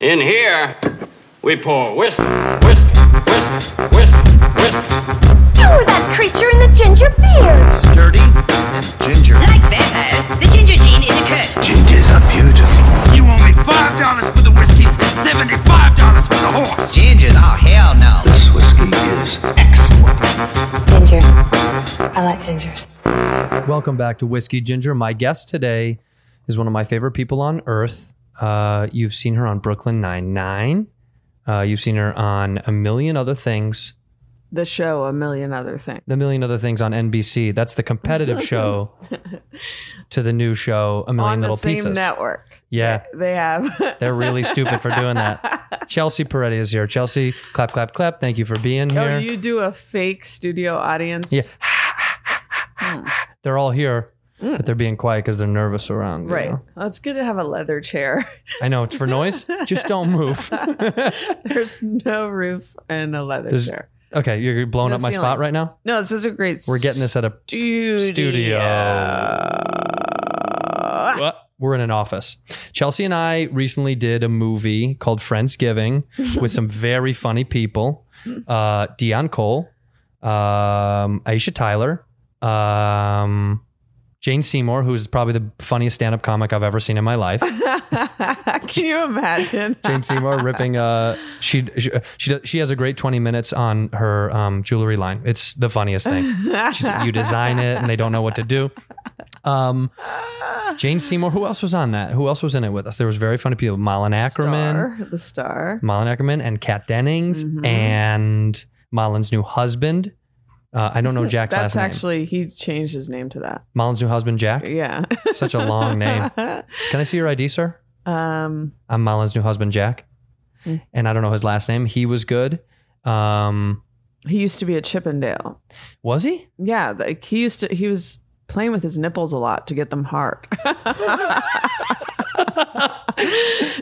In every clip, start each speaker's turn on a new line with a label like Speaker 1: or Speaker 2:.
Speaker 1: In here, we pour whiskey, whiskey, whiskey, whiskey, whiskey.
Speaker 2: You were that creature in the ginger beard.
Speaker 3: sturdy and ginger.
Speaker 4: Like vampires, the ginger gene is a curse.
Speaker 5: Gingers are beautiful.
Speaker 6: You owe me five dollars for the whiskey and seventy-five dollars for the horse.
Speaker 3: Gingers, oh hell no.
Speaker 5: This whiskey is excellent.
Speaker 7: Ginger. I like gingers.
Speaker 8: Welcome back to Whiskey Ginger. My guest today is one of my favorite people on earth. Uh, you've seen her on Brooklyn Nine Nine. Uh, you've seen her on a million other things.
Speaker 9: the show a million other things.
Speaker 8: The million other things on NBC. That's the competitive show to the new show, A Million
Speaker 9: On the
Speaker 8: Little
Speaker 9: same
Speaker 8: Pieces.
Speaker 9: network.
Speaker 8: Yeah,
Speaker 9: They have. oh,
Speaker 8: they're really stupid for doing that. Chelsea Peretti is here. Chelsea, clap, clap, clap. Thank you for being
Speaker 9: oh,
Speaker 8: here.
Speaker 9: you do a fake studio audience.
Speaker 8: Yeah. they're all here, but they're being quiet because they're nervous around. you
Speaker 9: Mm. Right.
Speaker 8: know?
Speaker 9: Well, it's good to have a leather chair.
Speaker 8: I know it's for noise. Just don't move.
Speaker 9: There's no roof and a leather
Speaker 8: There's-
Speaker 9: chair.
Speaker 8: okay, you're blowing
Speaker 9: No
Speaker 8: up my
Speaker 9: ceiling.
Speaker 8: spot right now.
Speaker 9: No, this is a great
Speaker 8: We're getting this at a
Speaker 9: studio.
Speaker 8: studio. What? We're in an office. Chelsea and I recently did a movie called Friendsgiving with some very funny people. Uh, Dion Cole, um, Aisha Tyler, um, Jane Seymour, who's probably the funniest stand-up comic I've ever seen in my life.
Speaker 9: Can you imagine?
Speaker 8: Jane Seymour ripping. Uh, she she she, does- she has a great twenty minutes on her um, jewelry line. It's the funniest thing. She's like, you design it, and they don't know what to do. Um, Jane Seymour. Who else was on that? Who else was in it with us? There was very funny people. Malin Ackerman,
Speaker 9: Star, the star.
Speaker 8: Malin Ackerman, and Kat Dennings,
Speaker 9: Mm-hmm.
Speaker 8: and Malin's new husband. Uh, I don't know Jack's
Speaker 9: That's
Speaker 8: last name.
Speaker 9: actually he changed his name to that.
Speaker 8: Malin's new husband, Jack.
Speaker 9: Yeah.
Speaker 8: Such a long name. Can I see your ID, sir?
Speaker 9: um
Speaker 8: I'm Malin's new husband, Jack.
Speaker 9: Hmm.
Speaker 8: And I don't know his last name. He was good. Um,
Speaker 9: he used to be a Chippendale.
Speaker 8: was he?
Speaker 9: Yeah, like he used to he was playing with his nipples a lot to get them hard.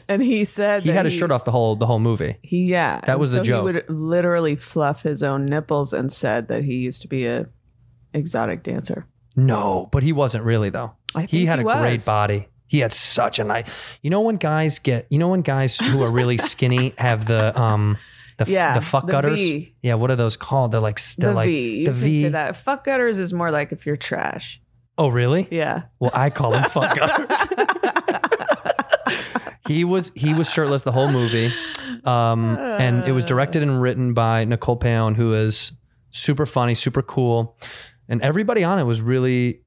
Speaker 9: and he said
Speaker 8: He
Speaker 9: that
Speaker 8: had his shirt off the whole the whole movie.
Speaker 9: He yeah.
Speaker 8: That
Speaker 9: and
Speaker 8: was the
Speaker 9: so
Speaker 8: joke.
Speaker 9: He would literally fluff his own nipples and said that he used to be a exotic dancer.
Speaker 8: No, but he wasn't really though.
Speaker 9: I
Speaker 8: he
Speaker 9: think
Speaker 8: had a
Speaker 9: he
Speaker 8: great
Speaker 9: was.
Speaker 8: body. He had such a nice. You know when guys get. You know when guys who are really skinny have the um the f-
Speaker 9: Yeah,
Speaker 8: the fuck
Speaker 9: the
Speaker 8: gutters.
Speaker 9: V.
Speaker 8: Yeah, what are those called? They're like still
Speaker 9: the
Speaker 8: like
Speaker 9: V. You
Speaker 8: the
Speaker 9: can
Speaker 8: V.
Speaker 9: say that. Fuck gutters is more like if you're trash.
Speaker 8: Oh really?
Speaker 9: Yeah.
Speaker 8: Well, I call him fuck gutters. he was he was shirtless the whole movie, um, and it was directed and written by Nicole Paon, who is super funny, super cool, and everybody on it was really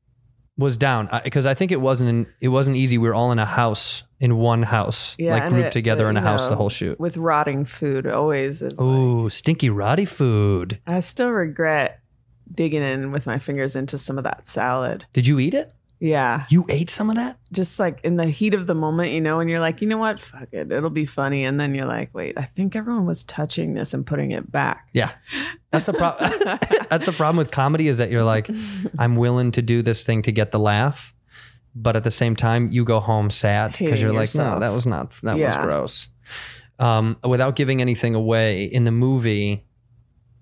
Speaker 8: was down because I, think it wasn't an, it wasn't easy. We were all in a house in one house,
Speaker 9: Yeah.
Speaker 8: like
Speaker 9: and
Speaker 8: grouped
Speaker 9: it- uh,
Speaker 8: together in a
Speaker 9: you
Speaker 8: house
Speaker 9: know,
Speaker 8: the whole shoot.
Speaker 9: With rotting food always is like-
Speaker 8: Ooh, stinky roddy food.
Speaker 9: I still regret digging in with my fingers into some of that salad.
Speaker 8: Did you eat it?
Speaker 9: Yeah.
Speaker 8: You ate some of that?
Speaker 9: Just like in the heat of the moment, you know, and you're like, you know what? Fuck it. It'll be funny. And then you're like, wait, I think everyone was touching this and putting it back.
Speaker 8: Yeah. That's the problem. That's the problem with comedy is that you're like, I'm willing to do this thing to get the laugh, but at the same time, you go home sad because
Speaker 9: Hating
Speaker 8: you're like, no,
Speaker 9: yourself.
Speaker 8: that was not that
Speaker 9: Yeah.
Speaker 8: was gross. Um, without giving anything away, in the movie,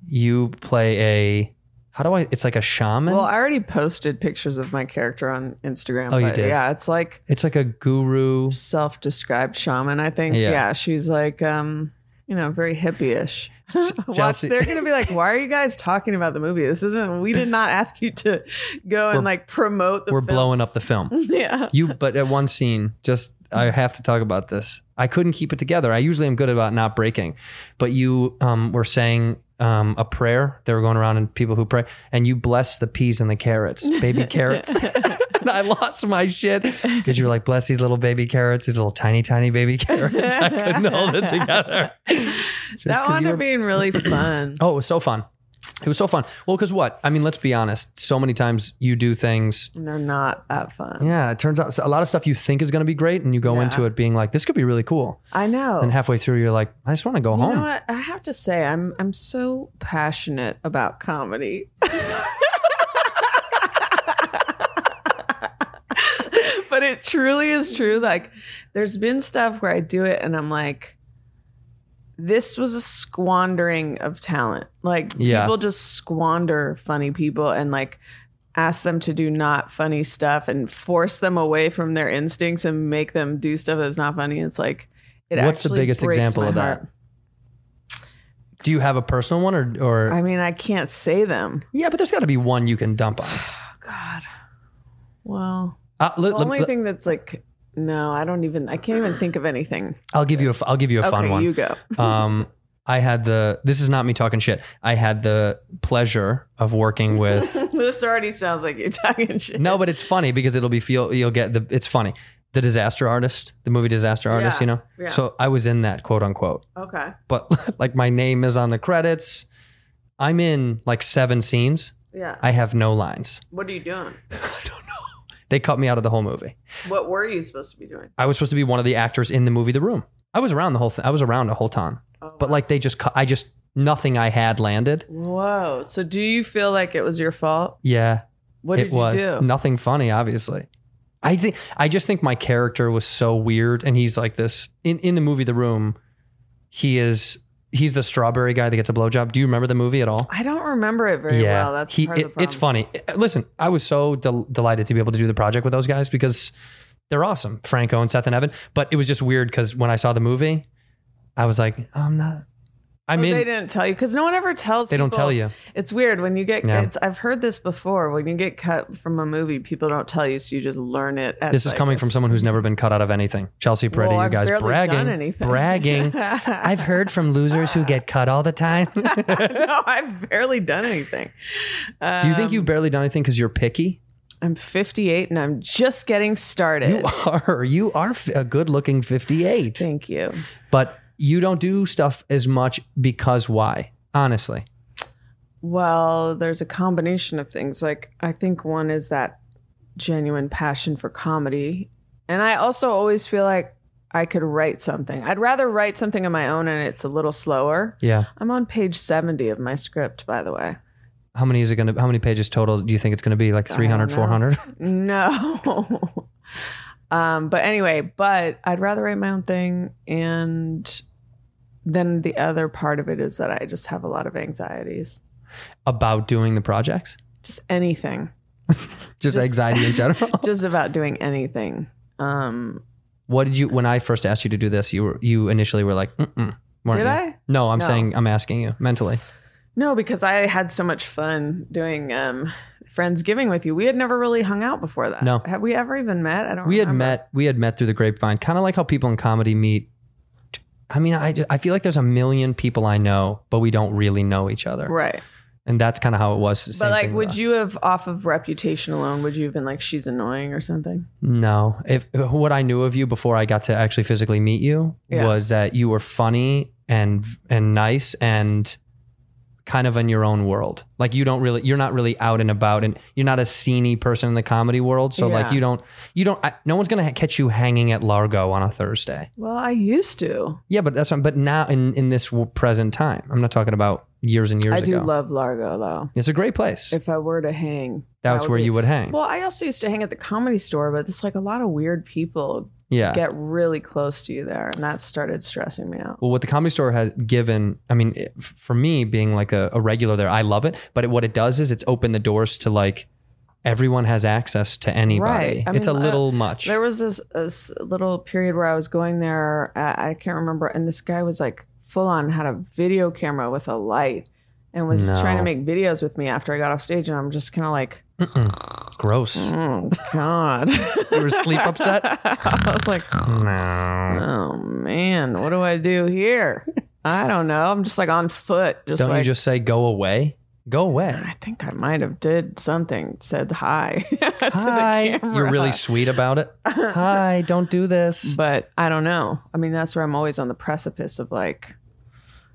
Speaker 8: you play a how do I? It's like a shaman.
Speaker 9: Well, I already posted pictures of my character on Instagram.
Speaker 8: Oh, you
Speaker 9: but
Speaker 8: did?
Speaker 9: Yeah, it's like
Speaker 8: it's like a guru.
Speaker 9: self-described shaman. I think.
Speaker 8: Yeah.
Speaker 9: Yeah, she's like, um, you know, very hippie-ish. Watch,
Speaker 8: Chelsea-
Speaker 9: they're gonna be like, why are you guys talking about the movie? This isn't. We did not ask you to go and
Speaker 8: We're-
Speaker 9: like promote the.
Speaker 8: We're
Speaker 9: film.
Speaker 8: blowing up the film.
Speaker 9: Yeah.
Speaker 8: You, but at one scene, just I have to talk about this. I couldn't keep it together. I usually am good about not breaking, but you um, were saying um, a prayer. They were going around and people who pray, and you bless the peas and the carrots, baby carrots. and I lost my shit because you were like, bless these little baby carrots, these little tiny, tiny baby carrots. I couldn't hold it together. Just 'cause
Speaker 9: that wound
Speaker 8: you
Speaker 9: up
Speaker 8: were-
Speaker 9: being really fun.
Speaker 8: oh, it was so fun. It was so fun. Well, because what? I mean, let's be honest. So many times you do things.
Speaker 9: And they're not that fun.
Speaker 8: Yeah, it turns out a lot of stuff you think is going to be great, and you go
Speaker 9: Yeah.
Speaker 8: into it being like, "This could be really cool,"
Speaker 9: I know.
Speaker 8: and halfway through you're like, "I just want to go
Speaker 9: You
Speaker 8: home."
Speaker 9: know what? I have to say, I'm I'm so passionate about comedy. but it truly is true. Like, there's been stuff where I do it and I'm like, this was a squandering of talent. Like,
Speaker 8: Yeah.
Speaker 9: people just squander funny people and like ask them to do not funny stuff and force them away from their instincts and make them do stuff that's not funny. It's like, it
Speaker 8: What's the
Speaker 9: actually
Speaker 8: biggest
Speaker 9: breaks
Speaker 8: example
Speaker 9: my
Speaker 8: of that?
Speaker 9: heart.
Speaker 8: Do you have a personal one, or or
Speaker 9: I mean, I can't say them.
Speaker 8: yeah? But there's got to be one you can dump on.
Speaker 9: God. Well,
Speaker 8: Uh, let-
Speaker 9: the
Speaker 8: let-
Speaker 9: only
Speaker 8: let-
Speaker 9: thing that's like, no, I don't even, I can't even think of anything.
Speaker 8: I'll give you a f- I'll give you a fun
Speaker 9: okay,
Speaker 8: one.
Speaker 9: you go.
Speaker 8: um, I had the this is not me talking shit. I had the pleasure of working with
Speaker 9: this already sounds like you're talking shit.
Speaker 8: no, but it's funny because it'll be feel you'll get the it's funny. The disaster artist, the movie disaster artist,
Speaker 9: Yeah,
Speaker 8: you know.
Speaker 9: yeah.
Speaker 8: So I was in that quote unquote,
Speaker 9: Okay.
Speaker 8: but like my name is on the credits. I'm in like seven scenes.
Speaker 9: Yeah.
Speaker 8: I have no lines.
Speaker 9: what are you doing?
Speaker 8: They cut me out of the whole movie.
Speaker 9: What were you supposed to be doing?
Speaker 8: I was supposed to be one of the actors in the movie The Room. I was around the whole thing. I was around the whole time.
Speaker 9: Oh,
Speaker 8: but like they just cut. I just nothing I had landed.
Speaker 9: Whoa. So do you feel like it was your fault?
Speaker 8: Yeah.
Speaker 9: What
Speaker 8: it
Speaker 9: did
Speaker 8: was
Speaker 9: you do?
Speaker 8: nothing funny, obviously. I think I just think my character was so weird, and he's like this in in the movie The Room. He is he's the strawberry guy that gets a blowjob. Do you remember the movie at all?
Speaker 9: I don't remember it very well. That's
Speaker 8: he,
Speaker 9: part of
Speaker 8: it-
Speaker 9: the
Speaker 8: it's
Speaker 9: problem.
Speaker 8: funny. Uh, Listen, I was so del- delighted to be able to do the project with those guys because they're awesome, Franco and Seth and Evan. But it was just weird because when I saw the movie, I was like, I'm not. I'm
Speaker 9: Oh,
Speaker 8: in.
Speaker 9: they didn't tell you because no one ever tells.
Speaker 8: They don't
Speaker 9: people-
Speaker 8: tell you.
Speaker 9: It's weird when you get.
Speaker 8: Yeah.
Speaker 9: It's, I've heard this before. When you get cut from a movie, people don't tell you, so you just learn it. At
Speaker 8: This is
Speaker 9: like,
Speaker 8: coming
Speaker 9: a
Speaker 8: from someone who's never been cut out of anything. Chelsea Peretti,
Speaker 9: Well,
Speaker 8: you
Speaker 9: I've
Speaker 8: guys
Speaker 9: barely
Speaker 8: bragging,
Speaker 9: done anything.
Speaker 8: bragging. I've heard from losers who get cut all the time.
Speaker 9: no, I've barely done anything.
Speaker 8: Do you
Speaker 9: Um,
Speaker 8: think you've barely done anything because you're picky?
Speaker 9: I'm 58 and I'm just getting started.
Speaker 8: You are. You are f- a good-looking 58,
Speaker 9: Thank you.
Speaker 8: but you don't do stuff as much because why? Honestly,
Speaker 9: Well, there's a combination of things. Like, I think one is that genuine passion for comedy. And I also always feel like I could write something. I'd rather write something of my own and it's a little slower.
Speaker 8: yeah.
Speaker 9: I'm on page 70 of my script, by the way.
Speaker 8: How many is it going to? How many pages total do you think it's going to be? Like 300,
Speaker 9: know.
Speaker 8: 400?
Speaker 9: No. um, but anyway, but I'd rather write my own thing. And then the other part of it is that I just have a lot of anxieties.
Speaker 8: about doing the projects?
Speaker 9: Just anything.
Speaker 8: Just, anxiety in general.
Speaker 9: Just about doing anything. Um,
Speaker 8: what did you? When I first asked you to do this, you were you initially were like, Mm-mm, weren't
Speaker 9: Did
Speaker 8: you?
Speaker 9: I?
Speaker 8: No, I'm
Speaker 9: No.
Speaker 8: saying I'm asking you mentally.
Speaker 9: no, because I had so much fun doing um Friendsgiving with you. We had never really hung out before that.
Speaker 8: No.
Speaker 9: Have we ever even met? I don't
Speaker 8: We had
Speaker 9: remember.
Speaker 8: met. We had met through the grapevine, kind of like how people in comedy meet. I mean, I, ju- I feel like there's a million people I know, but we don't really know each other,
Speaker 9: Right.
Speaker 8: and that's kind of how it was. Same
Speaker 9: But like
Speaker 8: thing
Speaker 9: would
Speaker 8: with-
Speaker 9: you have off of reputation alone, would you have been like she's annoying or something?
Speaker 8: No, if what I knew of you before I got to actually physically meet you
Speaker 9: Yeah.
Speaker 8: was that you were funny and and nice and kind of in your own world. Like you don't really, you're not really out and about, and you're not a sceney person in the comedy world. So like
Speaker 9: Yeah.
Speaker 8: you don't, you don't. I, no one's gonna ha- catch you hanging at Largo on a Thursday.
Speaker 9: Well, I used to.
Speaker 8: Yeah, but that's what, but now in in this w- present time, I'm not talking about years and years
Speaker 9: I
Speaker 8: ago.
Speaker 9: do love Largo though.
Speaker 8: it's a great place.
Speaker 9: If I were to hang,
Speaker 8: That's
Speaker 9: that
Speaker 8: where
Speaker 9: be-
Speaker 8: you would hang.
Speaker 9: Well, I also used to hang at the comedy store, but it's like a lot of weird people
Speaker 8: yeah.
Speaker 9: get really close to you there, and that started stressing me out.
Speaker 8: Well, what the comedy store has given, I mean, it- f- for me being like a, a regular there, I love it. But it, what it does is it's opened the doors to like everyone has access to anybody.
Speaker 9: Right. I
Speaker 8: it's
Speaker 9: mean,
Speaker 8: a
Speaker 9: uh,
Speaker 8: little much.
Speaker 9: There was this, this little period where I was going there. uh, I I can't remember, and this guy was like full on had a video camera with a light and was
Speaker 8: No.
Speaker 9: trying to make videos with me after I got off stage, and I'm just kind of like,
Speaker 8: Gross.
Speaker 9: oh god.
Speaker 8: You were sleep upset?
Speaker 9: I was like,
Speaker 8: no.
Speaker 9: oh man, what do I do here? I don't know. I'm just like on foot, just
Speaker 8: Don't
Speaker 9: like
Speaker 8: you just say go away? Go away.
Speaker 9: I think I might have did something. Said hi. to
Speaker 8: Hi.
Speaker 9: The camera.
Speaker 8: You're really sweet about it. Hi. Don't do this.
Speaker 9: But I don't know. I mean, that's where I'm always on the precipice of like.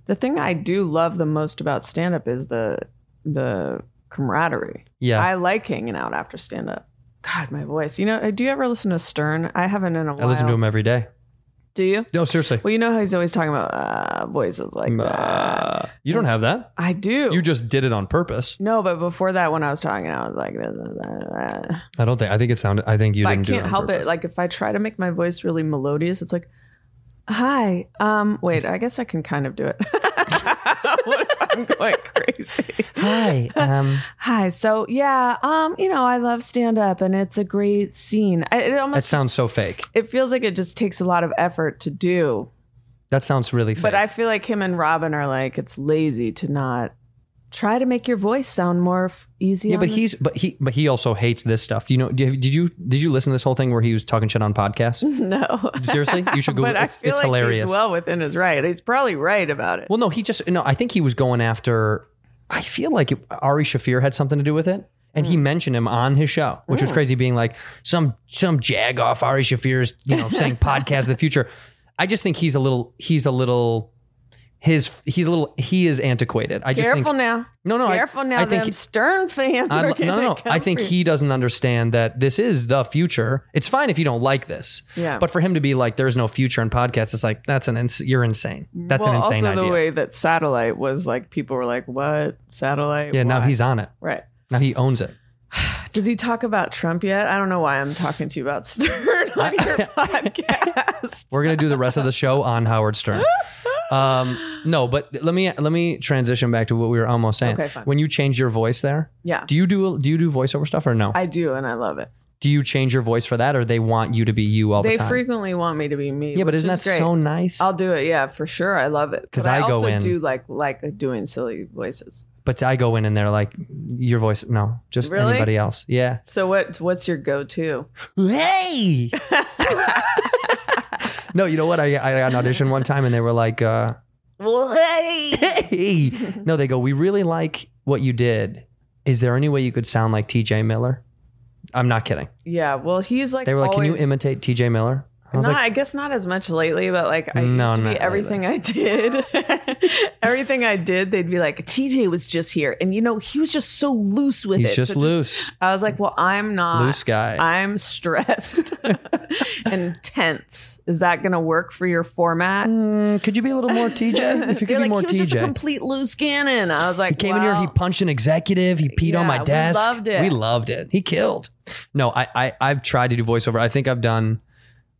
Speaker 9: The thing I do love the most about stand up is the the camaraderie.
Speaker 8: Yeah.
Speaker 9: I like hanging out after stand up. God, my voice. You know, do you ever listen to Stern? I haven't in a while.
Speaker 8: I listen to him every day.
Speaker 9: Do you?
Speaker 8: No, seriously.
Speaker 9: Well, you know how he's always talking about uh, voices like that.
Speaker 8: Uh, you don't have that.
Speaker 9: I do.
Speaker 8: You just did it on purpose.
Speaker 9: no, but before that, when I was talking, I was like, "This is that, that."
Speaker 8: I don't think. I think it sounded. I think you
Speaker 9: But I
Speaker 8: didn't. do
Speaker 9: can't
Speaker 8: on
Speaker 9: help
Speaker 8: purpose.
Speaker 9: it. Like if I try to make my voice really melodious, it's like, "Hi, um, wait, I guess I can kind of do it." what if I'm going crazy?
Speaker 8: Hi. Um,
Speaker 9: Hi, so yeah, um, you know, I love stand up, and it's a great scene. I, it almost
Speaker 8: that sounds so fake.
Speaker 9: it feels like it just takes a lot of effort to do.
Speaker 8: That sounds really fake.
Speaker 9: But I feel like him and Robin are like, it's lazy to not try to make your voice sound more f- easy.
Speaker 8: yeah,
Speaker 9: on
Speaker 8: but
Speaker 9: the-
Speaker 8: he's but he but he also hates this stuff. Do you know? do you- Did you did you listen to this whole thing where he was talking shit on podcasts?
Speaker 9: Mm-hmm. no.
Speaker 8: Seriously, you should Google.
Speaker 9: but
Speaker 8: it.
Speaker 9: I
Speaker 8: It's,
Speaker 9: feel
Speaker 8: it's
Speaker 9: like
Speaker 8: hilarious.
Speaker 9: he's well within his right. He's probably right about it.
Speaker 8: Well, no, he just no. I think he was going after. I feel like it, Ari Shafir had something to do with it, and he mentioned him on his show, which was crazy. Being like some some jag off Ari Shafir is you know saying podcast of the future. I just think he's a little. He's a little. His he's a little. He is antiquated. I just
Speaker 9: Careful
Speaker 8: think.
Speaker 9: now.
Speaker 8: No, no, I-
Speaker 9: Careful now.
Speaker 8: I think
Speaker 9: them
Speaker 8: he-
Speaker 9: Stern fans.
Speaker 8: I,
Speaker 9: are
Speaker 8: no,
Speaker 9: gonna
Speaker 8: no, no.
Speaker 9: come
Speaker 8: I think
Speaker 9: for you.
Speaker 8: he doesn't understand that this is the future. It's fine if you don't like this,
Speaker 9: Yeah.
Speaker 8: But for him to be like, "There's no future in podcasts," it's like that's an ins- you're insane. That's an
Speaker 9: Well,
Speaker 8: insane
Speaker 9: also
Speaker 8: idea.
Speaker 9: the way that satellite was like, people were like, "What satellite?"
Speaker 8: yeah, now
Speaker 9: Why?"
Speaker 8: he's on it.
Speaker 9: right.
Speaker 8: Now he owns it.
Speaker 9: Does he talk about Trump yet? I don't know why I'm talking to you about Stern on your podcast.
Speaker 8: We're gonna do the rest of the show on Howard Stern. Um, no, but let me let me transition back to what we were almost saying.
Speaker 9: Okay, fine.
Speaker 8: When you change your voice there,
Speaker 9: Yeah.
Speaker 8: do you do do you do voiceover stuff or no?
Speaker 9: I do, and I love it.
Speaker 8: do you change your voice for that, or they want you to be you all
Speaker 9: They
Speaker 8: the time?
Speaker 9: frequently want me to be me.
Speaker 8: yeah, but
Speaker 9: which
Speaker 8: isn't that
Speaker 9: is great.
Speaker 8: so nice?
Speaker 9: I'll do it. Yeah, for sure. I love it
Speaker 8: 'Cause
Speaker 9: But
Speaker 8: I go
Speaker 9: also
Speaker 8: in-
Speaker 9: do like like doing silly voices.
Speaker 8: but I go in and they're like, your voice, no, just
Speaker 9: Really?
Speaker 8: anybody else. Yeah.
Speaker 9: So what what's your go to?
Speaker 8: Hey. no, you know what? I, I got an audition one time and they were like, uh, hey. No, they go, we really like what you did. Is there any way you could sound like TJ Miller? I'm not kidding.
Speaker 9: Yeah, well, he's like
Speaker 8: They were like, can you
Speaker 9: always-
Speaker 8: imitate TJ Miller? I was
Speaker 9: not,
Speaker 8: like,
Speaker 9: I guess not as much lately, but like I
Speaker 8: No,
Speaker 9: used to
Speaker 8: not
Speaker 9: be
Speaker 8: lately.
Speaker 9: everything I did. everything I did, they'd be like, TJ was just here. And you know, he was just so loose with it.
Speaker 8: he's just
Speaker 9: So
Speaker 8: loose.
Speaker 9: I was like, well, I'm not
Speaker 8: Loose guy.
Speaker 9: I'm stressed and tense. Is that going to work for your format?
Speaker 8: Mm, could you be a little more TJ? If you could
Speaker 9: They're
Speaker 8: be
Speaker 9: like,
Speaker 8: more
Speaker 9: he was just a
Speaker 8: TJ.
Speaker 9: complete loose cannon. I was like,
Speaker 8: He came in here, he
Speaker 9: wow.
Speaker 8: punched an executive, he peed on
Speaker 9: Yeah,
Speaker 8: my
Speaker 9: we
Speaker 8: desk.
Speaker 9: loved it.
Speaker 8: We loved it. He killed. No, I, I I've tried to do voiceover. I think I've done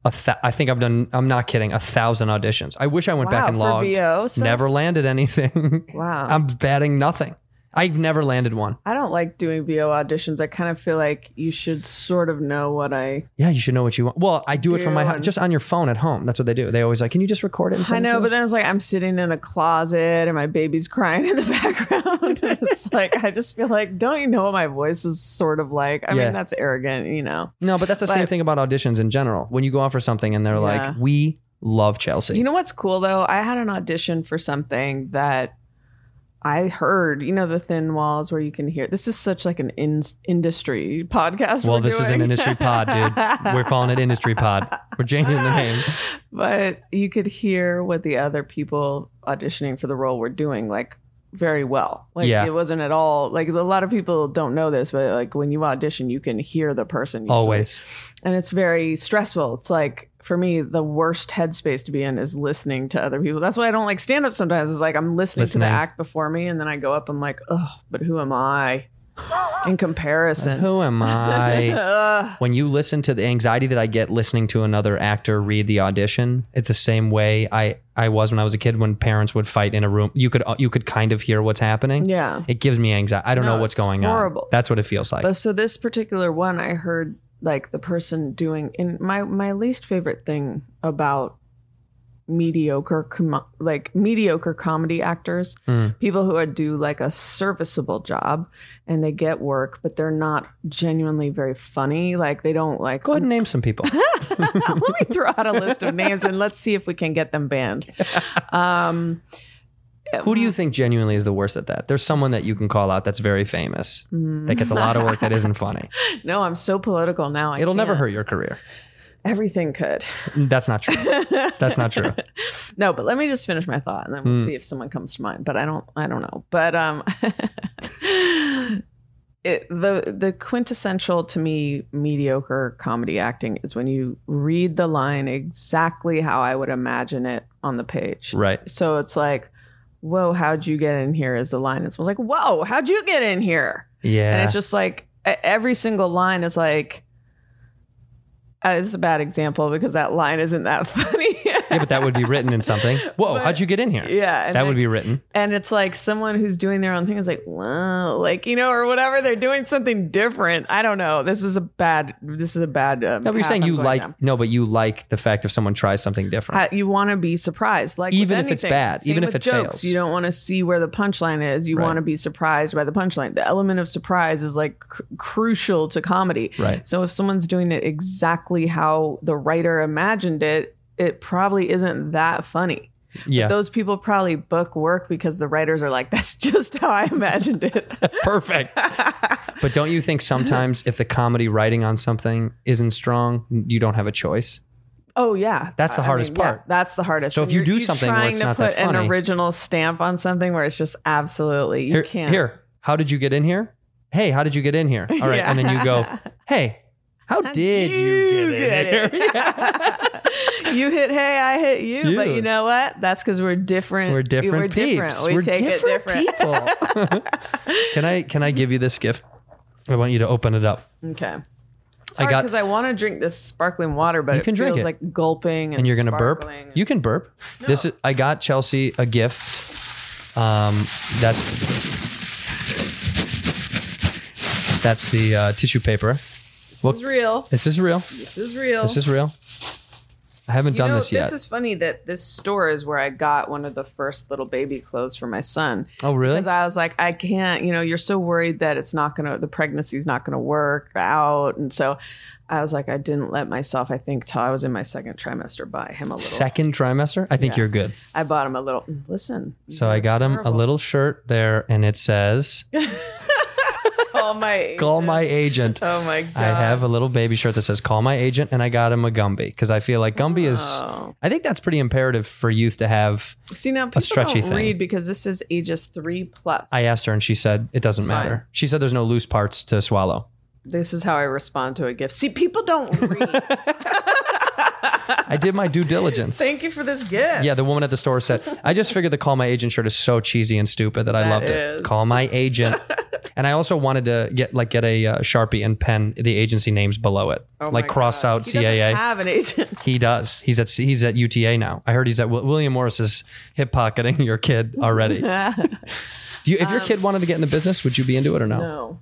Speaker 8: a th- I think I've done I'm not kidding, a thousand auditions. I wish I went
Speaker 9: Wow,
Speaker 8: back and
Speaker 9: for
Speaker 8: logged.
Speaker 9: VO stuff?
Speaker 8: Never landed anything.
Speaker 9: Wow.
Speaker 8: I'm batting nothing. I've never landed one.
Speaker 9: I don't like doing VO auditions. I kind of feel like you should sort of know what I.
Speaker 8: Yeah, you should know what you want. Well, I do it from my
Speaker 9: Dude.
Speaker 8: home, just on your phone at home. That's what they do. They always like, can you just record it? And
Speaker 9: I
Speaker 8: send it
Speaker 9: know,
Speaker 8: to
Speaker 9: but
Speaker 8: us?"
Speaker 9: then it's like I'm sitting in a closet and my baby's crying in the background. it's like I just feel like, don't you know what my voice is sort of like? I
Speaker 8: Yeah.
Speaker 9: mean, that's arrogant, you know.
Speaker 8: no, but that's the same
Speaker 9: but-
Speaker 8: thing about auditions in general. When you go out for something and they're
Speaker 9: Yeah.
Speaker 8: like, we love Chelsea.
Speaker 9: You know what's cool though? I had an audition for something that I heard, you know, the thin walls where you can hear. This is such like an in- industry podcast.
Speaker 8: Well,
Speaker 9: we're
Speaker 8: this is an
Speaker 9: doing.
Speaker 8: industry pod, dude. We're calling it industry pod. We're changing the name.
Speaker 9: but you could hear what the other people auditioning for the role were doing, like very well. Like
Speaker 8: Yeah.
Speaker 9: it wasn't at all like a lot of people don't know this, but like when you audition, you can hear the person usually.
Speaker 8: Always.
Speaker 9: and it's very stressful. It's like for me, the worst headspace to be in is listening to other people. That's why I don't like stand up sometimes. It's like I'm listening, to
Speaker 8: Listening.
Speaker 9: the act before me, and then I go up, I'm like, oh, but who am I in comparison?
Speaker 8: Who am I?
Speaker 9: Ugh.
Speaker 8: when you listen to the anxiety that I get listening to another actor read the audition, it's the same way I, I was when I was a kid when parents would fight in a room. You could uh, you could kind of hear what's happening.
Speaker 9: Yeah.
Speaker 8: It gives me anxiety. I don't
Speaker 9: No,
Speaker 8: know what's
Speaker 9: it's
Speaker 8: going
Speaker 9: horrible.
Speaker 8: on. That's what it feels like.
Speaker 9: But so this particular one, I heard like the person doing, and my my least favorite thing about mediocre com- like mediocre comedy actors
Speaker 8: Hmm.
Speaker 9: people who are- do like a serviceable job and they get work but they're not genuinely very funny like they don't like
Speaker 8: Go ahead and name some people.
Speaker 9: let me throw out a list of names and let's see if we can get them banned um
Speaker 8: Who do you think genuinely is the worst at that? There's someone that you can call out that's very famous that gets a lot of work that isn't funny.
Speaker 9: no i'm so political now I
Speaker 8: It'll never
Speaker 9: can't.
Speaker 8: hurt your career.
Speaker 9: everything could
Speaker 8: That's not true. That's not true.
Speaker 9: No, but
Speaker 8: Hmm.
Speaker 9: let me just finish my thought and then we'll see if someone comes to mind. But I don't I don't know. But um it, the the quintessential to me mediocre comedy acting is when you read the line exactly how I would imagine it on the page.
Speaker 8: Right.
Speaker 9: So it's like, whoa, how'd you get in here? Is the line? And someone's like, whoa, how'd you get in here?
Speaker 8: Yeah.
Speaker 9: And it's just like e- every single line is like. Uh, it's a bad example because that line isn't that funny.
Speaker 8: yeah, but that would be written in something. Whoa,
Speaker 9: But-
Speaker 8: how'd you get in here?
Speaker 9: Yeah,
Speaker 8: That
Speaker 9: and
Speaker 8: would
Speaker 9: then-
Speaker 8: be written.
Speaker 9: and it's like someone who's doing their own thing is like, whoa, like you know, or whatever. They're doing something different. I don't know. This is a bad. This is a bad. Um,
Speaker 8: No, but you're
Speaker 9: path
Speaker 8: saying
Speaker 9: I'm
Speaker 8: you
Speaker 9: going
Speaker 8: like
Speaker 9: down.
Speaker 8: no, but you like the fact if someone tries something different.
Speaker 9: I- you want to be surprised, like
Speaker 8: Even
Speaker 9: with
Speaker 8: if it's
Speaker 9: anything.
Speaker 8: bad,
Speaker 9: Same
Speaker 8: even if
Speaker 9: with
Speaker 8: it
Speaker 9: jokes.
Speaker 8: fails.
Speaker 9: You don't want to see where the punchline is. You
Speaker 8: Right.
Speaker 9: want to be surprised by the punchline. The element of surprise is like cr- crucial to comedy.
Speaker 8: Right.
Speaker 9: So if someone's doing it exactly how the writer imagined it, it probably isn't that funny.
Speaker 8: yeah.
Speaker 9: Those people probably book work because the writers are like, that's just how I imagined it.
Speaker 8: Perfect. but don't you think sometimes if the comedy writing on something isn't strong, you don't have a choice?
Speaker 9: Oh yeah,
Speaker 8: That's the hardest
Speaker 9: yeah,
Speaker 8: part.
Speaker 9: that's the hardest.
Speaker 8: So if
Speaker 9: When
Speaker 8: you
Speaker 9: you're-
Speaker 8: do
Speaker 9: you're
Speaker 8: something where
Speaker 9: trying
Speaker 8: it's
Speaker 9: to
Speaker 8: not
Speaker 9: put
Speaker 8: that funny-
Speaker 9: an original stamp on something where it's just absolutely you
Speaker 8: here,
Speaker 9: can't.
Speaker 8: here, how did you get in here? Hey, how did you get in here? All right.
Speaker 9: Yeah.
Speaker 8: And then you go, hey, how did you,
Speaker 9: you
Speaker 8: get,
Speaker 9: get
Speaker 8: in
Speaker 9: it?
Speaker 8: here? Yeah.
Speaker 9: you hit hey, I hit you, but
Speaker 8: You.
Speaker 9: you know what? That's because we're different.
Speaker 8: We're different
Speaker 9: We're different.
Speaker 8: peeps.
Speaker 9: We
Speaker 8: are
Speaker 9: take
Speaker 8: different,
Speaker 9: it different.
Speaker 8: people. can I can I give you this gift? I want you to open it up.
Speaker 9: Okay. It's
Speaker 8: I
Speaker 9: hard
Speaker 8: got-
Speaker 9: because I want to drink this sparkling water, but
Speaker 8: You
Speaker 9: it
Speaker 8: can drink
Speaker 9: feels
Speaker 8: it.
Speaker 9: like gulping, and,
Speaker 8: and you're gonna
Speaker 9: sparkling.
Speaker 8: burp. You can burp. This is, I got Chelsea a gift. Um, that's that's the uh, tissue paper.
Speaker 9: This is real.
Speaker 8: This is real.
Speaker 9: This is real.
Speaker 8: This is real. I haven't
Speaker 9: You
Speaker 8: done
Speaker 9: know,
Speaker 8: this yet.
Speaker 9: is funny that this store is where I got one of the first little baby clothes for my son.
Speaker 8: oh really?
Speaker 9: Because I was like, I can't, you know, you're so worried that it's not going to, the pregnancy's not going to work out. And so I was like, I didn't let myself, I think, till I was in my second trimester, buy him a little.
Speaker 8: Second trimester. I think you're good.
Speaker 9: I bought him a little. Listen.
Speaker 8: So I got him a little shirt there, and it says,
Speaker 9: Call my.
Speaker 8: "Call my
Speaker 9: agent.
Speaker 8: agent."
Speaker 9: Oh my God.
Speaker 8: I have a little baby shirt that says "Call my agent," and I got him a Gumby because I feel like Gumby is.
Speaker 9: Oh.
Speaker 8: I think that's pretty imperative for youth to have.
Speaker 9: See, now people
Speaker 8: stretchy
Speaker 9: don't
Speaker 8: thing.
Speaker 9: read because this is ages three plus.
Speaker 8: I asked her, and she said it doesn't
Speaker 9: It's fine.
Speaker 8: matter. She said there's no loose parts to swallow.
Speaker 9: this is how I respond to a gift. See, people don't read.
Speaker 8: I did my due diligence.
Speaker 9: Thank you for this gift.
Speaker 8: yeah, the woman at the store said, "I just figured the call my agent shirt is so cheesy and stupid that I
Speaker 9: That
Speaker 8: loved
Speaker 9: is.
Speaker 8: it." Call my agent. and I also wanted to get like get a uh, sharpie and pen the agency names below it,
Speaker 9: Oh
Speaker 8: like
Speaker 9: my
Speaker 8: cross
Speaker 9: God.
Speaker 8: out
Speaker 9: He doesn't
Speaker 8: CAA.
Speaker 9: have an agent.
Speaker 8: He does. He's at he's at UTA now. I heard he's at Wil- William Morris is hip pocketing your kid already. Do you, if your kid wanted to get in the business, would you be into it or no?
Speaker 9: Um, No.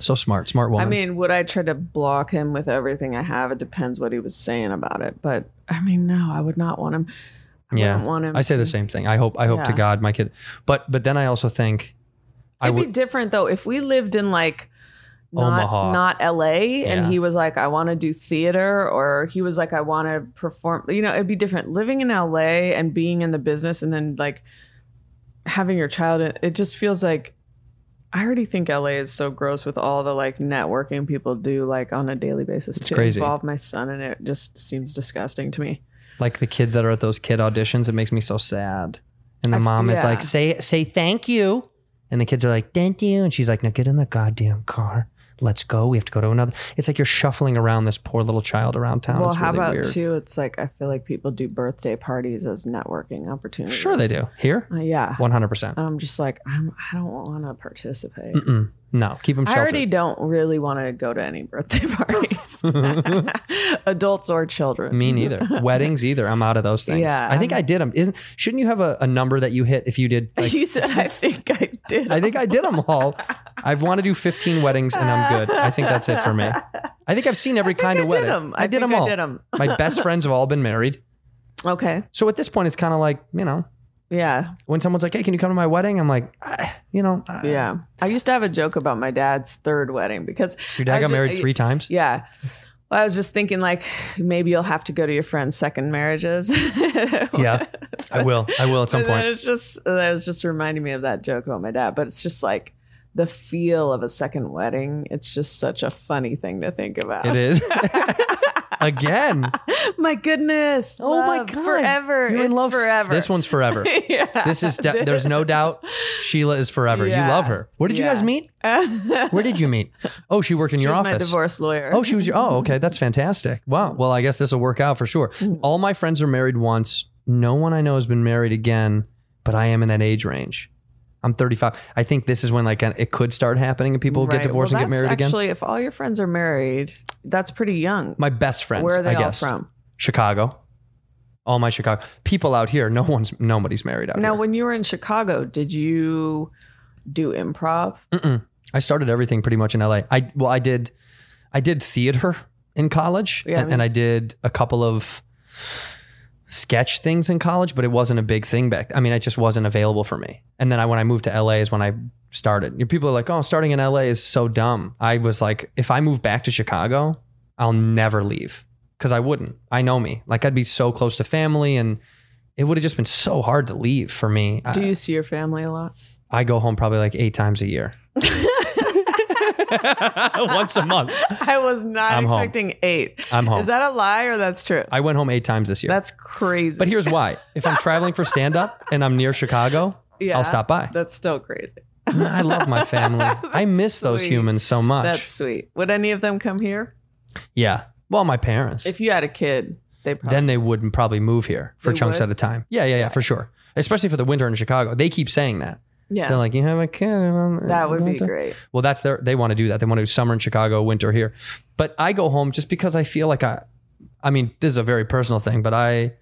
Speaker 8: So smart, smart woman.
Speaker 9: I mean, would I try to block him with everything I have? It depends what he was saying about it. But I mean, no, I would not want him. I
Speaker 8: yeah.
Speaker 9: wouldn't want him.
Speaker 8: I say the
Speaker 9: to-
Speaker 8: same thing. I hope I hope to
Speaker 9: Yeah.
Speaker 8: God my kid. But but then I also think I
Speaker 9: It'd
Speaker 8: would
Speaker 9: be different though if we lived in like not,
Speaker 8: Omaha.
Speaker 9: not LA,
Speaker 8: Yeah.
Speaker 9: and he was like, I want to do theater, or he was like, I want to perform. You know, it'd be different living in LA and being in the business, and then like having your child. in- It just feels like. I already think LA is so gross with all the like networking people do like on a daily basis to
Speaker 8: crazy.
Speaker 9: involve my son and it just seems disgusting to me.
Speaker 8: like the kids that are at those kid auditions. It makes me so sad. And the
Speaker 9: I-
Speaker 8: mom is
Speaker 9: yeah.
Speaker 8: like, "Say say thank you," and the kids are like, "Thank you," and she's like, "No, get in the goddamn car." Let's go. We have to go to another. It's like you're shuffling around this poor little child around town.
Speaker 9: well,
Speaker 8: it's
Speaker 9: how
Speaker 8: really
Speaker 9: about
Speaker 8: weird.
Speaker 9: too? It's like I feel like people do birthday parties as networking opportunities.
Speaker 8: Sure, they do. Here,
Speaker 9: Uh, yeah.
Speaker 8: one hundred percent. Mm.
Speaker 9: And I'm just like, I'm, I don't want to participate.
Speaker 8: No, keep them
Speaker 9: I
Speaker 8: sheltered.
Speaker 9: already don't really want to go to any birthday parties, adults or children.
Speaker 8: Me neither. Weddings either. I'm out of those things.
Speaker 9: Yeah,
Speaker 8: I think
Speaker 9: I'm-
Speaker 8: I did them. Isn't shouldn't you have a, a number that you hit if you did? like-
Speaker 9: you said I think I did.
Speaker 8: I think I did them all. I've wanted to do 15 weddings and I'm good. I think that's it for me. I think I've seen every kind
Speaker 9: I
Speaker 8: of
Speaker 9: did
Speaker 8: wedding.
Speaker 9: 'em.
Speaker 8: I
Speaker 9: I
Speaker 8: did
Speaker 9: think
Speaker 8: them
Speaker 9: I
Speaker 8: all.
Speaker 9: did 'em.
Speaker 8: My best friends have all been married.
Speaker 9: okay.
Speaker 8: So at this point, it's kind of like you know
Speaker 9: Yeah.
Speaker 8: when someone's like, "Hey, can you come to my wedding?" I'm like, ah, you know, ah.
Speaker 9: Yeah. I used to have a joke about my dad's third wedding because
Speaker 8: Your dad
Speaker 9: I was
Speaker 8: got
Speaker 9: ju- uh,
Speaker 8: married three times.
Speaker 9: Yeah. Well, I was just thinking like maybe you'll have to go to your friend's second marriages.
Speaker 8: Yeah, I will. I will at some
Speaker 9: And then
Speaker 8: point.
Speaker 9: it's just that was just reminding me of that joke about my dad. But it's just like the feel of a second wedding. It's just such a funny thing to think about.
Speaker 8: It is. Again.
Speaker 9: My goodness.
Speaker 8: Oh my
Speaker 9: love,
Speaker 8: God.
Speaker 9: Forever.
Speaker 8: You're in
Speaker 9: It's
Speaker 8: love.
Speaker 9: forever.
Speaker 8: This one's forever.
Speaker 9: yeah.
Speaker 8: This is de- there's no doubt Sheila is forever.
Speaker 9: Yeah.
Speaker 8: You love her. Where did you
Speaker 9: Yeah.
Speaker 8: guys meet? Where did you meet? Oh, she worked in your
Speaker 9: She's my
Speaker 8: office.
Speaker 9: divorce lawyer.
Speaker 8: Oh, she was your. Oh, okay, that's fantastic. Wow. Well, I guess this will work out for sure.
Speaker 9: Mm.
Speaker 8: All my friends are married once. No one I know has been married again, but I am in that age range. I'm 35. I think this is when like it could start happening and people
Speaker 9: Right.
Speaker 8: get divorced
Speaker 9: Well,
Speaker 8: and get
Speaker 9: that's
Speaker 8: married again.
Speaker 9: Actually, if all your friends are married, that's pretty young.
Speaker 8: My best friends.
Speaker 9: Where are they
Speaker 8: I
Speaker 9: all
Speaker 8: guess.
Speaker 9: from?
Speaker 8: Chicago. All my Chicago people out here. No one's nobody's married out
Speaker 9: Now,
Speaker 8: here.
Speaker 9: when you were in Chicago, did you do improv?
Speaker 8: I started everything pretty much in LA. I well, I did, I did theater in college,
Speaker 9: Yeah,
Speaker 8: and,
Speaker 9: me
Speaker 8: and I did a couple of sketch things in college, but it wasn't a big thing back. I mean, it just wasn't available for me. And then I, when I moved to LA, is when I started. You know, people are like, "Oh, starting in LA is so dumb." I was like, if I move back to Chicago, I'll never leave because I wouldn't. I know me. Like I'd be so close to family, and it would have just been so hard to leave for me. I-
Speaker 9: Do you see your family a lot?
Speaker 8: I go home probably like eight times a year. Once a month.
Speaker 9: I was not
Speaker 8: I'm home.
Speaker 9: expecting eight.
Speaker 8: I'm home.
Speaker 9: Is that a lie or that's true?
Speaker 8: I went home eight times this year.
Speaker 9: that's crazy.
Speaker 8: but here's why. If I'm traveling for stand up and I'm near Chicago,
Speaker 9: Yeah.
Speaker 8: I'll stop by.
Speaker 9: that's still crazy.
Speaker 8: I love my family. I miss those
Speaker 9: sweet.
Speaker 8: humans so much.
Speaker 9: That's sweet. Would any of them come here?
Speaker 8: yeah. Well, my parents.
Speaker 9: If you had a kid, they probably
Speaker 8: then they wouldn't probably move here for
Speaker 9: They
Speaker 8: chunks
Speaker 9: would?
Speaker 8: at a time. Yeah, yeah, yeah, for sure. Especially for the winter in Chicago. They keep saying that.
Speaker 9: yeah.
Speaker 8: They're like, you have a kid. um,
Speaker 9: that would
Speaker 8: don't
Speaker 9: be
Speaker 8: they?"
Speaker 9: great.
Speaker 8: Well, that's their they want to do that. They want to do summer in Chicago, winter here. But I go home just because I feel like I I mean, this is a very personal thing, but I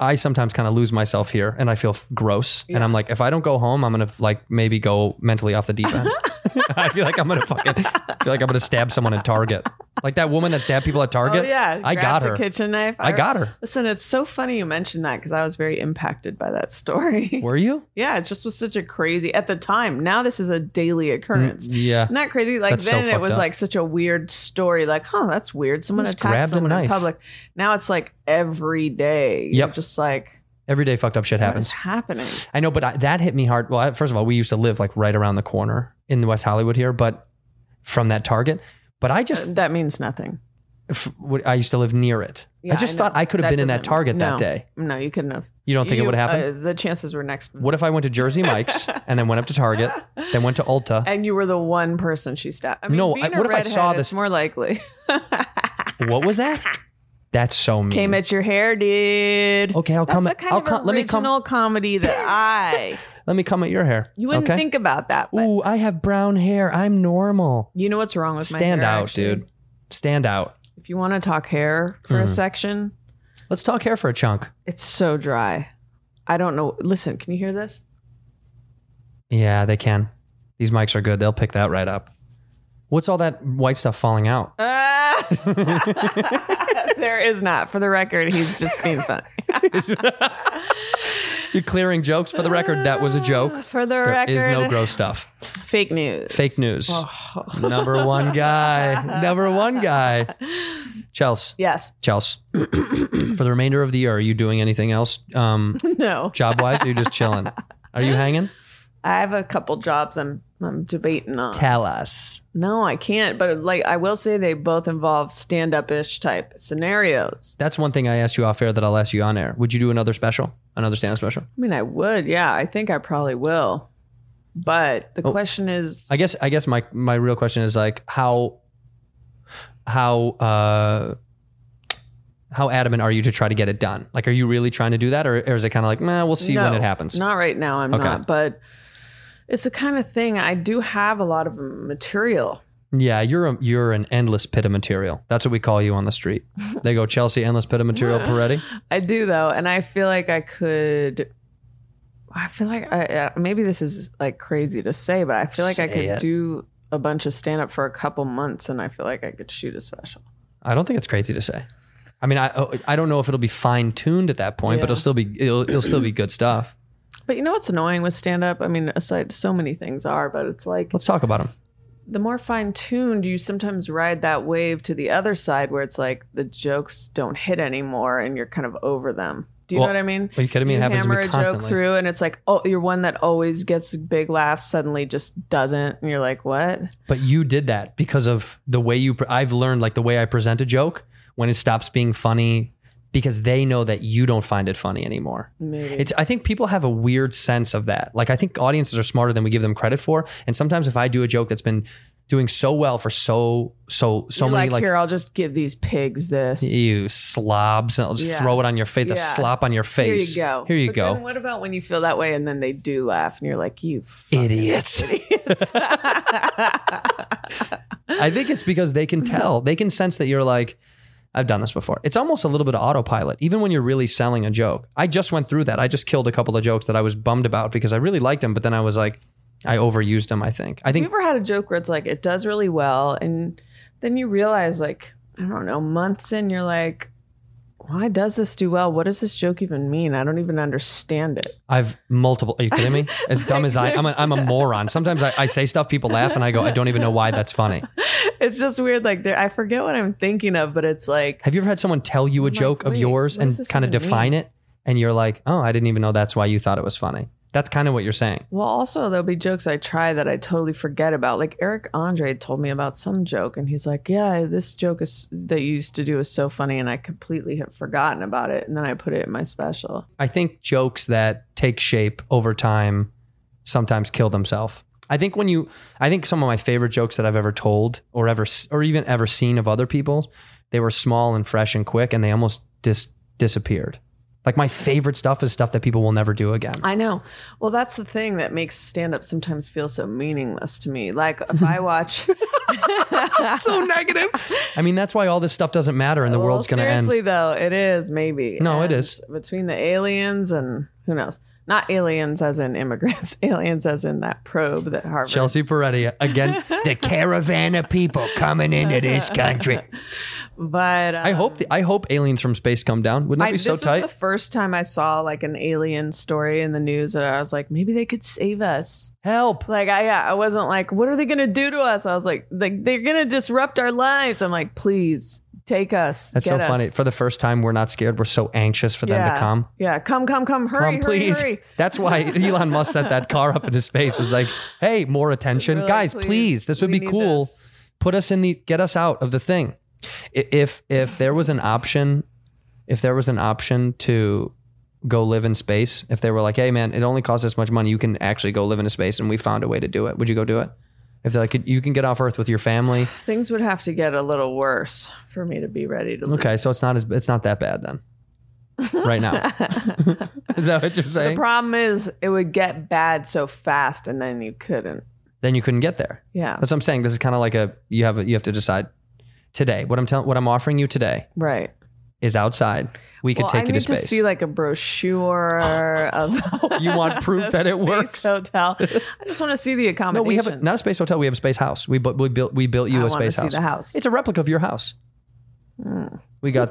Speaker 8: I sometimes kind of lose myself here and I feel f- gross. And I'm like, if I don't go home, I'm gonna like maybe go mentally off the deep end. I feel like I'm gonna fucking I feel like I'm gonna stab someone at Target. Like that woman that stabbed people at Target.
Speaker 9: Oh yeah,
Speaker 8: I got
Speaker 9: grabbed a
Speaker 8: her.
Speaker 9: kitchen knife.
Speaker 8: I got her.
Speaker 9: Listen, it's so funny you mentioned that because I was very impacted by that story.
Speaker 8: Were you?
Speaker 9: yeah, it just was such a crazy at the time. Now this is a daily occurrence.
Speaker 8: Mm, Yeah.
Speaker 9: Isn't that crazy? Like
Speaker 8: That's so
Speaker 9: then it
Speaker 8: fucked
Speaker 9: was
Speaker 8: up.
Speaker 9: like such a weird story. Like, huh, that's weird. Someone
Speaker 8: Just
Speaker 9: attacked
Speaker 8: grabbed a
Speaker 9: someone in
Speaker 8: knife.
Speaker 9: public. Now it's like every day. You're
Speaker 8: Yep.
Speaker 9: Just like
Speaker 8: Every day fucked up shit
Speaker 9: what
Speaker 8: happens.
Speaker 9: is happening?
Speaker 8: I know, but I, that hit me hard. Well, I, first of all, we used to live like right around the corner in West Hollywood here, but from that Target. But I just
Speaker 9: That means nothing.
Speaker 8: f- what- I used to live near it.
Speaker 9: Yeah,
Speaker 8: I just
Speaker 9: know.
Speaker 8: thought I could have been in that
Speaker 9: doesn't-
Speaker 8: Target
Speaker 9: no.
Speaker 8: that day.
Speaker 9: No, you couldn't have.
Speaker 8: You don't think it would have happened?
Speaker 9: Uh, the chances were next.
Speaker 8: what if I went to Jersey Mike's and then went up to Target, then went to Ulta?
Speaker 9: and you were the one person she stabbed. I mean,
Speaker 8: No,
Speaker 9: being
Speaker 8: I-
Speaker 9: a
Speaker 8: what if I
Speaker 9: redhead,
Speaker 8: saw
Speaker 9: it's
Speaker 8: this-
Speaker 9: More likely,
Speaker 8: What was that? That's so mean.
Speaker 9: came at your hair, dude.
Speaker 8: Okay, I'll
Speaker 9: That's
Speaker 8: come
Speaker 9: The
Speaker 8: at-
Speaker 9: kind
Speaker 8: I'll
Speaker 9: of
Speaker 8: come- let me come-
Speaker 9: original comedy that I.
Speaker 8: Let me come at your hair.
Speaker 9: You wouldn't
Speaker 8: okay?
Speaker 9: think about that. But
Speaker 8: Ooh, I have brown hair. I'm normal.
Speaker 9: you know what's wrong with my
Speaker 8: Stand
Speaker 9: hair,
Speaker 8: out,
Speaker 9: actually?
Speaker 8: dude. Mm-hmm. Stand out.
Speaker 9: If you want to talk hair for a section,
Speaker 8: Let's talk hair for a chunk.
Speaker 9: it's so dry. I don't know. Listen, can you hear this?
Speaker 8: Yeah, they can. These mics are good. They'll pick that right up. What's all that white stuff falling out?
Speaker 9: Ah! there is not. For the record, he's just being funny.
Speaker 8: You're clearing jokes for the record. That was a joke.
Speaker 9: For the
Speaker 8: There
Speaker 9: record, Oh.
Speaker 8: is no gross stuff.
Speaker 9: fake news.
Speaker 8: Fake news. Number one guy. Number one guy. Chels.
Speaker 9: Yes.
Speaker 8: Chels. For the remainder of the year, are you doing anything else um,
Speaker 9: No.
Speaker 8: job wise? Are you just chilling? Are you hanging?
Speaker 9: I have a couple jobs I'm I'm debating on.
Speaker 8: Tell us.
Speaker 9: No, I can't. But like I will say they both involve stand up ish type scenarios.
Speaker 8: That's one thing I asked you off air that I'll ask you on air. Would you do another special? Another stand up special?
Speaker 9: I mean I would, yeah. I think I probably will. But the question is
Speaker 8: Oh, I guess I guess my my real question is like how how uh how adamant are you to try to get it done? Like, are you really trying to do that, or, or is it kind of like, man, we'll see when
Speaker 9: no,
Speaker 8: it happens?
Speaker 9: Not right now, I'm
Speaker 8: Okay.
Speaker 9: not. But it's the kind of thing I do have a lot of material.
Speaker 8: Yeah, you're a, you're an endless pit of material. That's what we call you on the street. They go Chelsea, endless pit of material, Peretti.
Speaker 9: I do though, and I feel like I could. I feel like I uh, maybe this is like crazy to say, but I feel like I
Speaker 8: Say
Speaker 9: could
Speaker 8: it.
Speaker 9: do a bunch of stand up for a couple months, and I feel like I could shoot a special.
Speaker 8: I don't think it's crazy to say. I mean, I I don't know if it'll be fine tuned at that point, but
Speaker 9: Yeah.
Speaker 8: it'll still be it'll, it'll still be good stuff.
Speaker 9: But you know what's annoying with stand up? I mean, aside so many things are, but it's like
Speaker 8: Let's talk about them.
Speaker 9: the more fine tuned you sometimes ride that wave to the other side where it's like the jokes don't hit anymore and you're kind of over them. Do you
Speaker 8: Well,
Speaker 9: know what I mean?
Speaker 8: are you kidding me? It
Speaker 9: You
Speaker 8: happens to me
Speaker 9: hammer a joke
Speaker 8: constantly.
Speaker 9: through and it's like, oh, you're one that always gets big laughs suddenly just doesn't. And you're like, what?
Speaker 8: But you did that because of the way you. Pre- I've learned like the way I present a joke when it stops being funny because they know that you don't find it funny anymore.
Speaker 9: Maybe.
Speaker 8: It's I think people have a weird sense of that. Like I think audiences are smarter than we give them credit for. And sometimes if I do a joke that's been doing so well for so so so
Speaker 9: You're
Speaker 8: many
Speaker 9: like, here, I'll just give these pigs this.
Speaker 8: you slobs and I'll just
Speaker 9: Yeah.
Speaker 8: throw it on your face, the
Speaker 9: Yeah.
Speaker 8: slop on your
Speaker 9: Here
Speaker 8: face.
Speaker 9: you go.
Speaker 8: Here you
Speaker 9: But
Speaker 8: go.
Speaker 9: Then what about when you feel that way and then they do laugh and you're like, you fucking
Speaker 8: Idiots.
Speaker 9: idiots.
Speaker 8: I think it's because they can tell. They can sense that you're like, I've done this before. It's almost a little bit of autopilot, even when you're really selling a joke. I just went through that. I just killed a couple of jokes that I was bummed about because I really liked them, but then I was like, I overused them, I think. I
Speaker 9: Have you
Speaker 8: think
Speaker 9: ever had a joke where it's like it does really well, and then you realize, like, I don't know, months in, you're like, why does this do well? What does this joke even mean? I don't even understand it.
Speaker 8: I've multiple. Are you kidding me? As dumb as I, I'm a, I'm a moron. Sometimes I, I say stuff, people laugh, and I go, I don't even know why that's funny.
Speaker 9: It's just weird. Like, there, I forget what I'm thinking of, but it's like,
Speaker 8: Have you ever had someone tell you a joke of
Speaker 9: wait,
Speaker 8: yours
Speaker 9: what
Speaker 8: and
Speaker 9: does this
Speaker 8: kind of
Speaker 9: even
Speaker 8: define
Speaker 9: mean?
Speaker 8: it, and you're like, oh, I didn't even know that's why you thought it was funny. That's kind of what you're saying.
Speaker 9: well, also, there'll be jokes I try that I totally forget about. Like, Eric Andre told me about some joke, and he's like, yeah, this joke is, that you used to do is so funny, and I completely have forgotten about it. And then I put it in my special.
Speaker 8: I think jokes that take shape over time sometimes kill themselves. I think when you, I think some of my favorite jokes that I've ever told or ever, or even ever seen of other people's, they were small and fresh and quick and they almost dis- disappeared. Like my favorite stuff is stuff that people will never do again.
Speaker 9: I know. Well, that's the thing that makes stand up sometimes feel so meaningless to me. Like if I watch
Speaker 8: so negative. I mean, that's why all this stuff doesn't matter and the world's
Speaker 9: well,
Speaker 8: going to end.
Speaker 9: Seriously though, it is maybe.
Speaker 8: No, it
Speaker 9: And
Speaker 8: is.
Speaker 9: Between the aliens and who knows. Not aliens as in immigrants, aliens as in that probe that Harvard
Speaker 8: Chelsea Peretti again. the caravan of people coming into this country.
Speaker 9: But um,
Speaker 8: I hope the, I hope aliens from space come down. Wouldn't that
Speaker 9: I-
Speaker 8: be so
Speaker 9: this
Speaker 8: tight?
Speaker 9: was the first time I saw like an alien story in the news that I was like, maybe they could save us.
Speaker 8: Help!
Speaker 9: Like I, I wasn't like, what are they gonna do to us? I was like, like they're gonna disrupt our lives. I'm like, please take us.
Speaker 8: That's
Speaker 9: get
Speaker 8: so
Speaker 9: us.
Speaker 8: funny. For the first time, we're not scared. We're so anxious for them to come.
Speaker 9: Yeah, come, come, come, hurry,
Speaker 8: come, please.
Speaker 9: hurry, hurry.
Speaker 8: That's why Elon Musk sent that car up into space. It was like, hey, more attention,
Speaker 9: We're like,
Speaker 8: guys. Please, this would
Speaker 9: we
Speaker 8: be
Speaker 9: need
Speaker 8: cool.
Speaker 9: this.
Speaker 8: Put us in the get us out of the thing. I- If if there was an option, if there was an option to go live in space, if they were like, hey man, it only costs this much money, you can actually go live in a space, and we found a way to do it. Would you go do it? If they're like, you can get off Earth with your family.
Speaker 9: Things would have to get a little worse for me to be ready to. leave.
Speaker 8: Okay, so it's not as it's not that bad then. Right now, is that what you're
Speaker 9: The
Speaker 8: saying?
Speaker 9: problem is, it would get bad so fast, and then you couldn't.
Speaker 8: then you couldn't get there.
Speaker 9: Yeah,
Speaker 8: That's what I'm saying. This is kind of like a you have a, you have to decide today. What I'm telling what I'm offering you today
Speaker 9: right.
Speaker 8: is outside. We could
Speaker 9: well,
Speaker 8: take
Speaker 9: I
Speaker 8: you to
Speaker 9: need
Speaker 8: space.
Speaker 9: to see like a brochure of.
Speaker 8: you want proof
Speaker 9: the
Speaker 8: that it
Speaker 9: space
Speaker 8: works?
Speaker 9: Hotel. I just want to see the
Speaker 8: no,
Speaker 9: accommodations.
Speaker 8: we have a, not a space hotel. We have a space house. We bu- we built we built you
Speaker 9: I
Speaker 8: a
Speaker 9: wanna
Speaker 8: space
Speaker 9: see
Speaker 8: house.
Speaker 9: the house. Hmm.
Speaker 8: It's a replica of your house. We got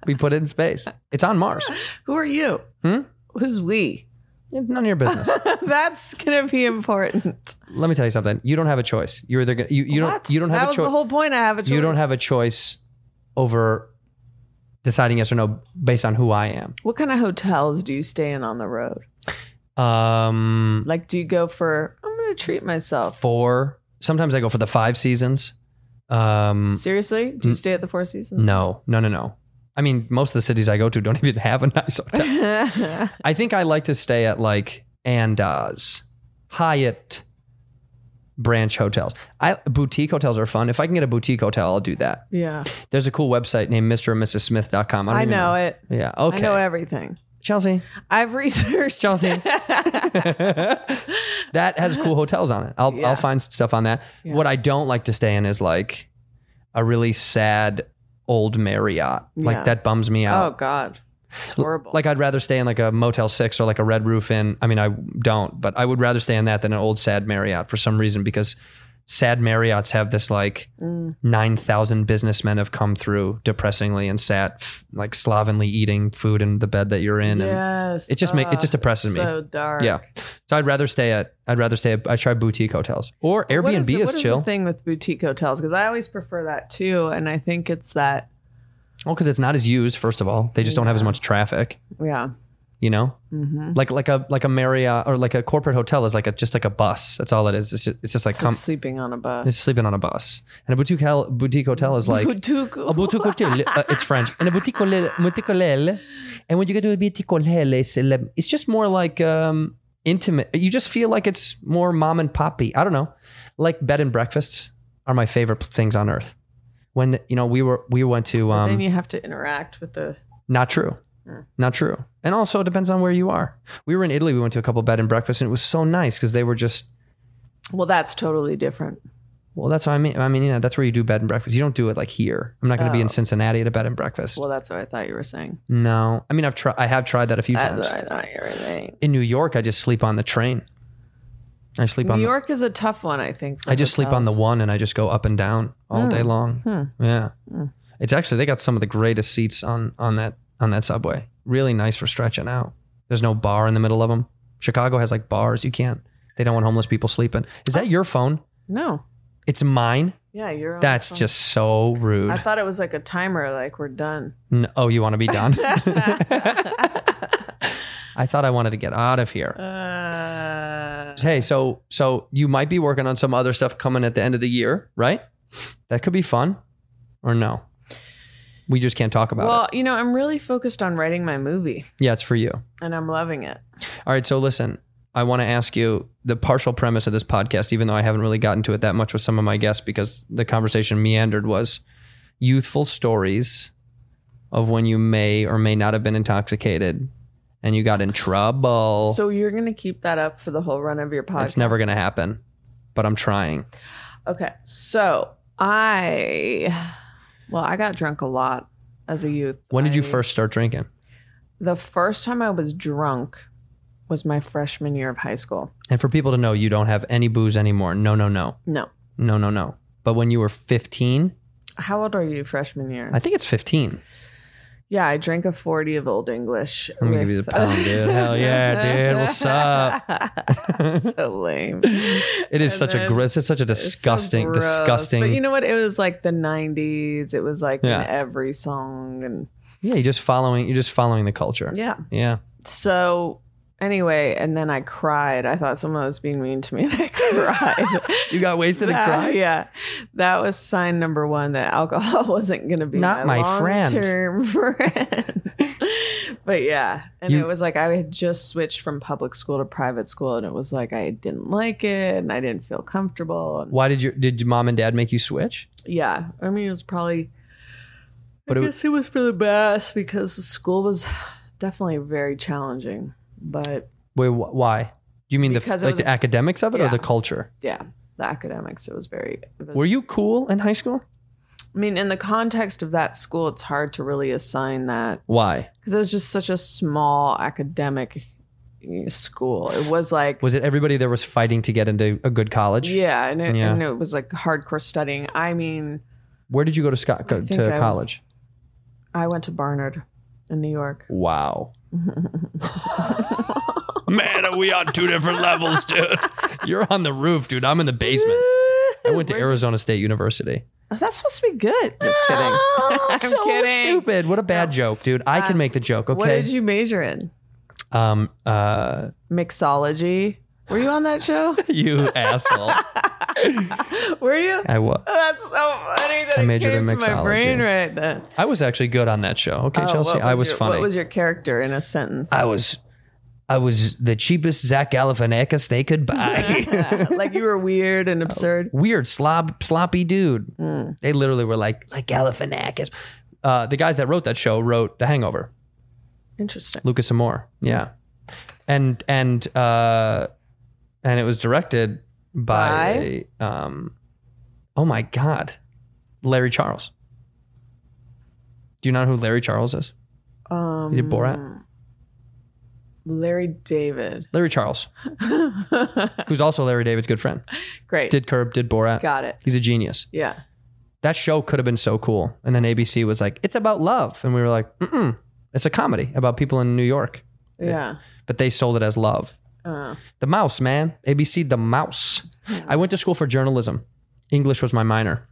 Speaker 8: we put it in space. It's on Mars.
Speaker 9: Who are you?
Speaker 8: Hmm?
Speaker 9: Who's we?
Speaker 8: It's None of your business.
Speaker 9: That's gonna be important.
Speaker 8: Let me tell you something. You don't have a choice. You're either gonna, you you
Speaker 9: What?
Speaker 8: don't you don't
Speaker 9: that
Speaker 8: have a
Speaker 9: was
Speaker 8: choice.
Speaker 9: the whole point. I have a choice.
Speaker 8: you don't have a choice over deciding yes or no based on who I am.
Speaker 9: What kind of hotels do you stay in on the road?
Speaker 8: Um,
Speaker 9: Like, do you go for? I'm gonna treat myself.
Speaker 8: four. Sometimes I go for the five seasons. Um,
Speaker 9: Seriously, do you stay at the Four Seasons?
Speaker 8: no, no, no, no. I mean, most of the cities I go to don't even have a nice hotel. I think I like to stay at like Andaz, Hyatt branch hotels. I boutique hotels are fun. If I can get a boutique hotel, I'll do that.
Speaker 9: Yeah,
Speaker 8: There's a cool website named Mr. and Mrs. Smith.com. I, don't
Speaker 9: I
Speaker 8: even know,
Speaker 9: know it.
Speaker 8: Yeah. Okay.
Speaker 9: I know everything.
Speaker 8: Chelsea.
Speaker 9: I've researched.
Speaker 8: Chelsea. that has cool hotels on it. I'll
Speaker 9: Yeah.
Speaker 8: I'll find stuff on that. What I don't like to stay in is like a really sad old Marriott.
Speaker 9: Yeah.
Speaker 8: Like that bums me
Speaker 9: Oh
Speaker 8: out.
Speaker 9: God, it's horrible.
Speaker 8: like I'd rather stay in like a Motel 6 or like a Red Roof Inn. I mean, I don't, but I would rather stay in that than an old sad Marriott for some reason because sad Marriotts have this like
Speaker 9: Mm.
Speaker 8: 9,000 businessmen have come through depressingly and sat f- like slovenly eating food in the bed that you're in and
Speaker 9: yes,
Speaker 8: it just make- it
Speaker 9: Ugh,
Speaker 8: just depresses
Speaker 9: it's
Speaker 8: me.
Speaker 9: So dark.
Speaker 8: yeah. So I'd rather stay at I'd rather stay at I try boutique hotels or Airbnb
Speaker 9: What
Speaker 8: is,
Speaker 9: the- what
Speaker 8: chill.
Speaker 9: the thing with boutique hotels because I always prefer that too, and I think it's that.
Speaker 8: well, because it's not as used. First of all, they just don't have as much traffic.
Speaker 9: Yeah,
Speaker 8: you know,
Speaker 9: Mm-hmm.
Speaker 8: like like a like a Marriott or like a corporate hotel is like a just like a bus. That's all it is. It's just, it's just like
Speaker 9: It's
Speaker 8: com-
Speaker 9: like sleeping on a bus.
Speaker 8: it's sleeping on a bus. And a boutique hel- boutique hotel is like
Speaker 9: Boutique.
Speaker 8: a boutique hotel. Uh, it's French. And a boutique hotel, boutique hotel. And when you get to a boutique hotel, it's a le- it's just more like um, intimate. You just feel like it's more mom and poppy. I don't know. Like bed and breakfasts are my favorite p- things on earth. When you know we were we went to um,
Speaker 9: then you have to interact with the.
Speaker 8: not true. Not true. And also it depends on where you are. We were in Italy, we went to a couple bed and breakfasts and it was so nice because they were just
Speaker 9: Well, that's totally different.
Speaker 8: well, that's what I mean. I mean, you know, that's where you do bed and breakfast. You don't do it like here. I'm not going to be in
Speaker 9: Oh.
Speaker 8: Cincinnati at a bed and breakfast.
Speaker 9: Well, that's what I thought you were saying.
Speaker 8: no, I mean, I've tried. I have tried that a few
Speaker 9: That's
Speaker 8: times.
Speaker 9: what I thought you were saying.
Speaker 8: In New York, I just sleep on the train. I sleep on.
Speaker 9: New
Speaker 8: the-
Speaker 9: York is a tough one, I think. for
Speaker 8: I just sleep on the
Speaker 9: hotels. Hmm.
Speaker 8: one, and I just go up and down all day long. Yeah, it's actually they got some of the greatest seats on on that on that subway. Really nice for stretching out. There's no bar in the middle of them. Chicago has like bars. You can't. They don't want homeless people sleeping. Is
Speaker 9: Oh.
Speaker 8: that your phone?
Speaker 9: No.
Speaker 8: It's mine.
Speaker 9: Yeah, you're. on the
Speaker 8: That's
Speaker 9: phone.
Speaker 8: just so rude.
Speaker 9: I thought it was like a timer, like we're done. Uh,
Speaker 8: N- oh, you want to be done? I thought I wanted to get out of here.
Speaker 9: Uh,
Speaker 8: hey, so so you might be working on some other stuff coming at the end of the year, right? That could be fun, or no? We just can't talk about
Speaker 9: well,
Speaker 8: it.
Speaker 9: you know, I'm really focused on writing my movie,
Speaker 8: Yeah, it's for you. All
Speaker 9: and I'm loving it.
Speaker 8: right, so listen, I want to ask you the partial premise of this podcast, even though I haven't really gotten to it that much with some of my guests because the conversation meandered was youthful stories of when you may or may not have been intoxicated and you got in trouble.
Speaker 9: So you're gonna keep that up for the whole run of your podcast.
Speaker 8: it's never going to happen, but I'm trying.
Speaker 9: Okay, so I, well, I got drunk a lot as a youth.
Speaker 8: When did you
Speaker 9: I-
Speaker 8: first start drinking?
Speaker 9: The first time I was drunk was my freshman year of high school.
Speaker 8: And for people to know, you don't have any booze anymore. No, no, no.
Speaker 9: No,
Speaker 8: No, no, no. But when you were 15,
Speaker 9: how old are you freshman year?
Speaker 8: I think it's 15.
Speaker 9: yeah, I drank a forty of Old English.
Speaker 8: Let me give you the pound, dude. Hell yeah, dude. What's up?
Speaker 9: so lame.
Speaker 8: It is
Speaker 9: And
Speaker 8: such a
Speaker 9: then-
Speaker 8: gr- it's such a
Speaker 9: It's so
Speaker 8: disgusting,
Speaker 9: gross.
Speaker 8: disgusting.
Speaker 9: But you know what? It was like the '90s. It was like
Speaker 8: Yeah.
Speaker 9: in every song, and
Speaker 8: yeah, you're just following. You're just following the culture.
Speaker 9: yeah.
Speaker 8: yeah.
Speaker 9: So anyway, and then I cried. I thought someone was being mean to me, and I cried.
Speaker 8: You got wasted and
Speaker 9: That-
Speaker 8: cried.
Speaker 9: Yeah, that was sign number one that alcohol wasn't going to be
Speaker 8: Not my friend.
Speaker 9: long-term friend. but yeah, and
Speaker 8: You-
Speaker 9: it was like I had just switched from public school to private school, and it was like I didn't like it, and I didn't feel comfortable. And
Speaker 8: Why did your did your mom and dad make you switch?
Speaker 9: yeah, I mean it was probably.
Speaker 8: But it, was
Speaker 9: I guess it was for the best because the school was definitely very challenging, but
Speaker 8: wait, wh- why? Do you mean the f-
Speaker 9: Because it
Speaker 8: like
Speaker 9: was-
Speaker 8: the academics of it or
Speaker 9: yeah.
Speaker 8: the culture?
Speaker 9: yeah, the academics it was very. It was
Speaker 8: Were you cool in high school?
Speaker 9: I mean, in the context of that school, it's hard to really assign that
Speaker 8: Why
Speaker 9: because it was just such a small academic eh, school. It was like,
Speaker 8: was it everybody there was fighting to get into a good college?
Speaker 9: yeah, and it,
Speaker 8: Yeah.
Speaker 9: and it was like hardcore studying. I mean,
Speaker 8: Where did you go to Scott go,
Speaker 9: think
Speaker 8: to
Speaker 9: I-
Speaker 8: college?
Speaker 9: I went to Barnard in New York.
Speaker 8: Wow. Man, are we on two different levels, dude? You're on the roof, dude. I'm in the basement. I went to Arizona State University.
Speaker 9: Oh, that's supposed to be good. Just kidding. I'm Uh,
Speaker 8: so stupid. What a bad joke, dude. I can make the joke, okay?
Speaker 9: What did you major in?
Speaker 8: um uh
Speaker 9: Mixology. Were you on that show?
Speaker 8: you asshole.
Speaker 9: Were you?
Speaker 8: I was.
Speaker 9: That's so funny that
Speaker 8: I
Speaker 9: it
Speaker 8: majored
Speaker 9: came
Speaker 8: in
Speaker 9: to my brain
Speaker 8: mixology.
Speaker 9: right then.
Speaker 8: I was actually good on that show. Okay,
Speaker 9: Oh,
Speaker 8: Chelsea.
Speaker 9: what
Speaker 8: I was
Speaker 9: your,
Speaker 8: funny.
Speaker 9: What was your character in a sentence?
Speaker 8: I was I was the cheapest Zach Galifianakis they could buy.
Speaker 9: like you were weird
Speaker 8: Oh.
Speaker 9: and absurd.
Speaker 8: weird slob sloppy dude. They literally were like like Galifianakis. Uh, the guys that wrote that show wrote The Hangover.
Speaker 9: Interesting.
Speaker 8: Lucas Amore. Yeah, and and uh, and it was directed by, um, oh my god, Larry Charles. Do you know who Larry Charles is? Um, he did Borat.
Speaker 9: Larry David.
Speaker 8: Larry Charles, who's also Larry David's good friend,
Speaker 9: Great.
Speaker 8: did Curb, did Borat.
Speaker 9: Got it.
Speaker 8: He's a genius.
Speaker 9: Yeah.
Speaker 8: That show could have been so cool. And then ABC was like, it's about love. And we were like, mm it's a comedy about people in New York.
Speaker 9: Yeah.
Speaker 8: but they sold it as love. The Mouse, man. ABC, The Mouse. I went to school for journalism. English was my minor.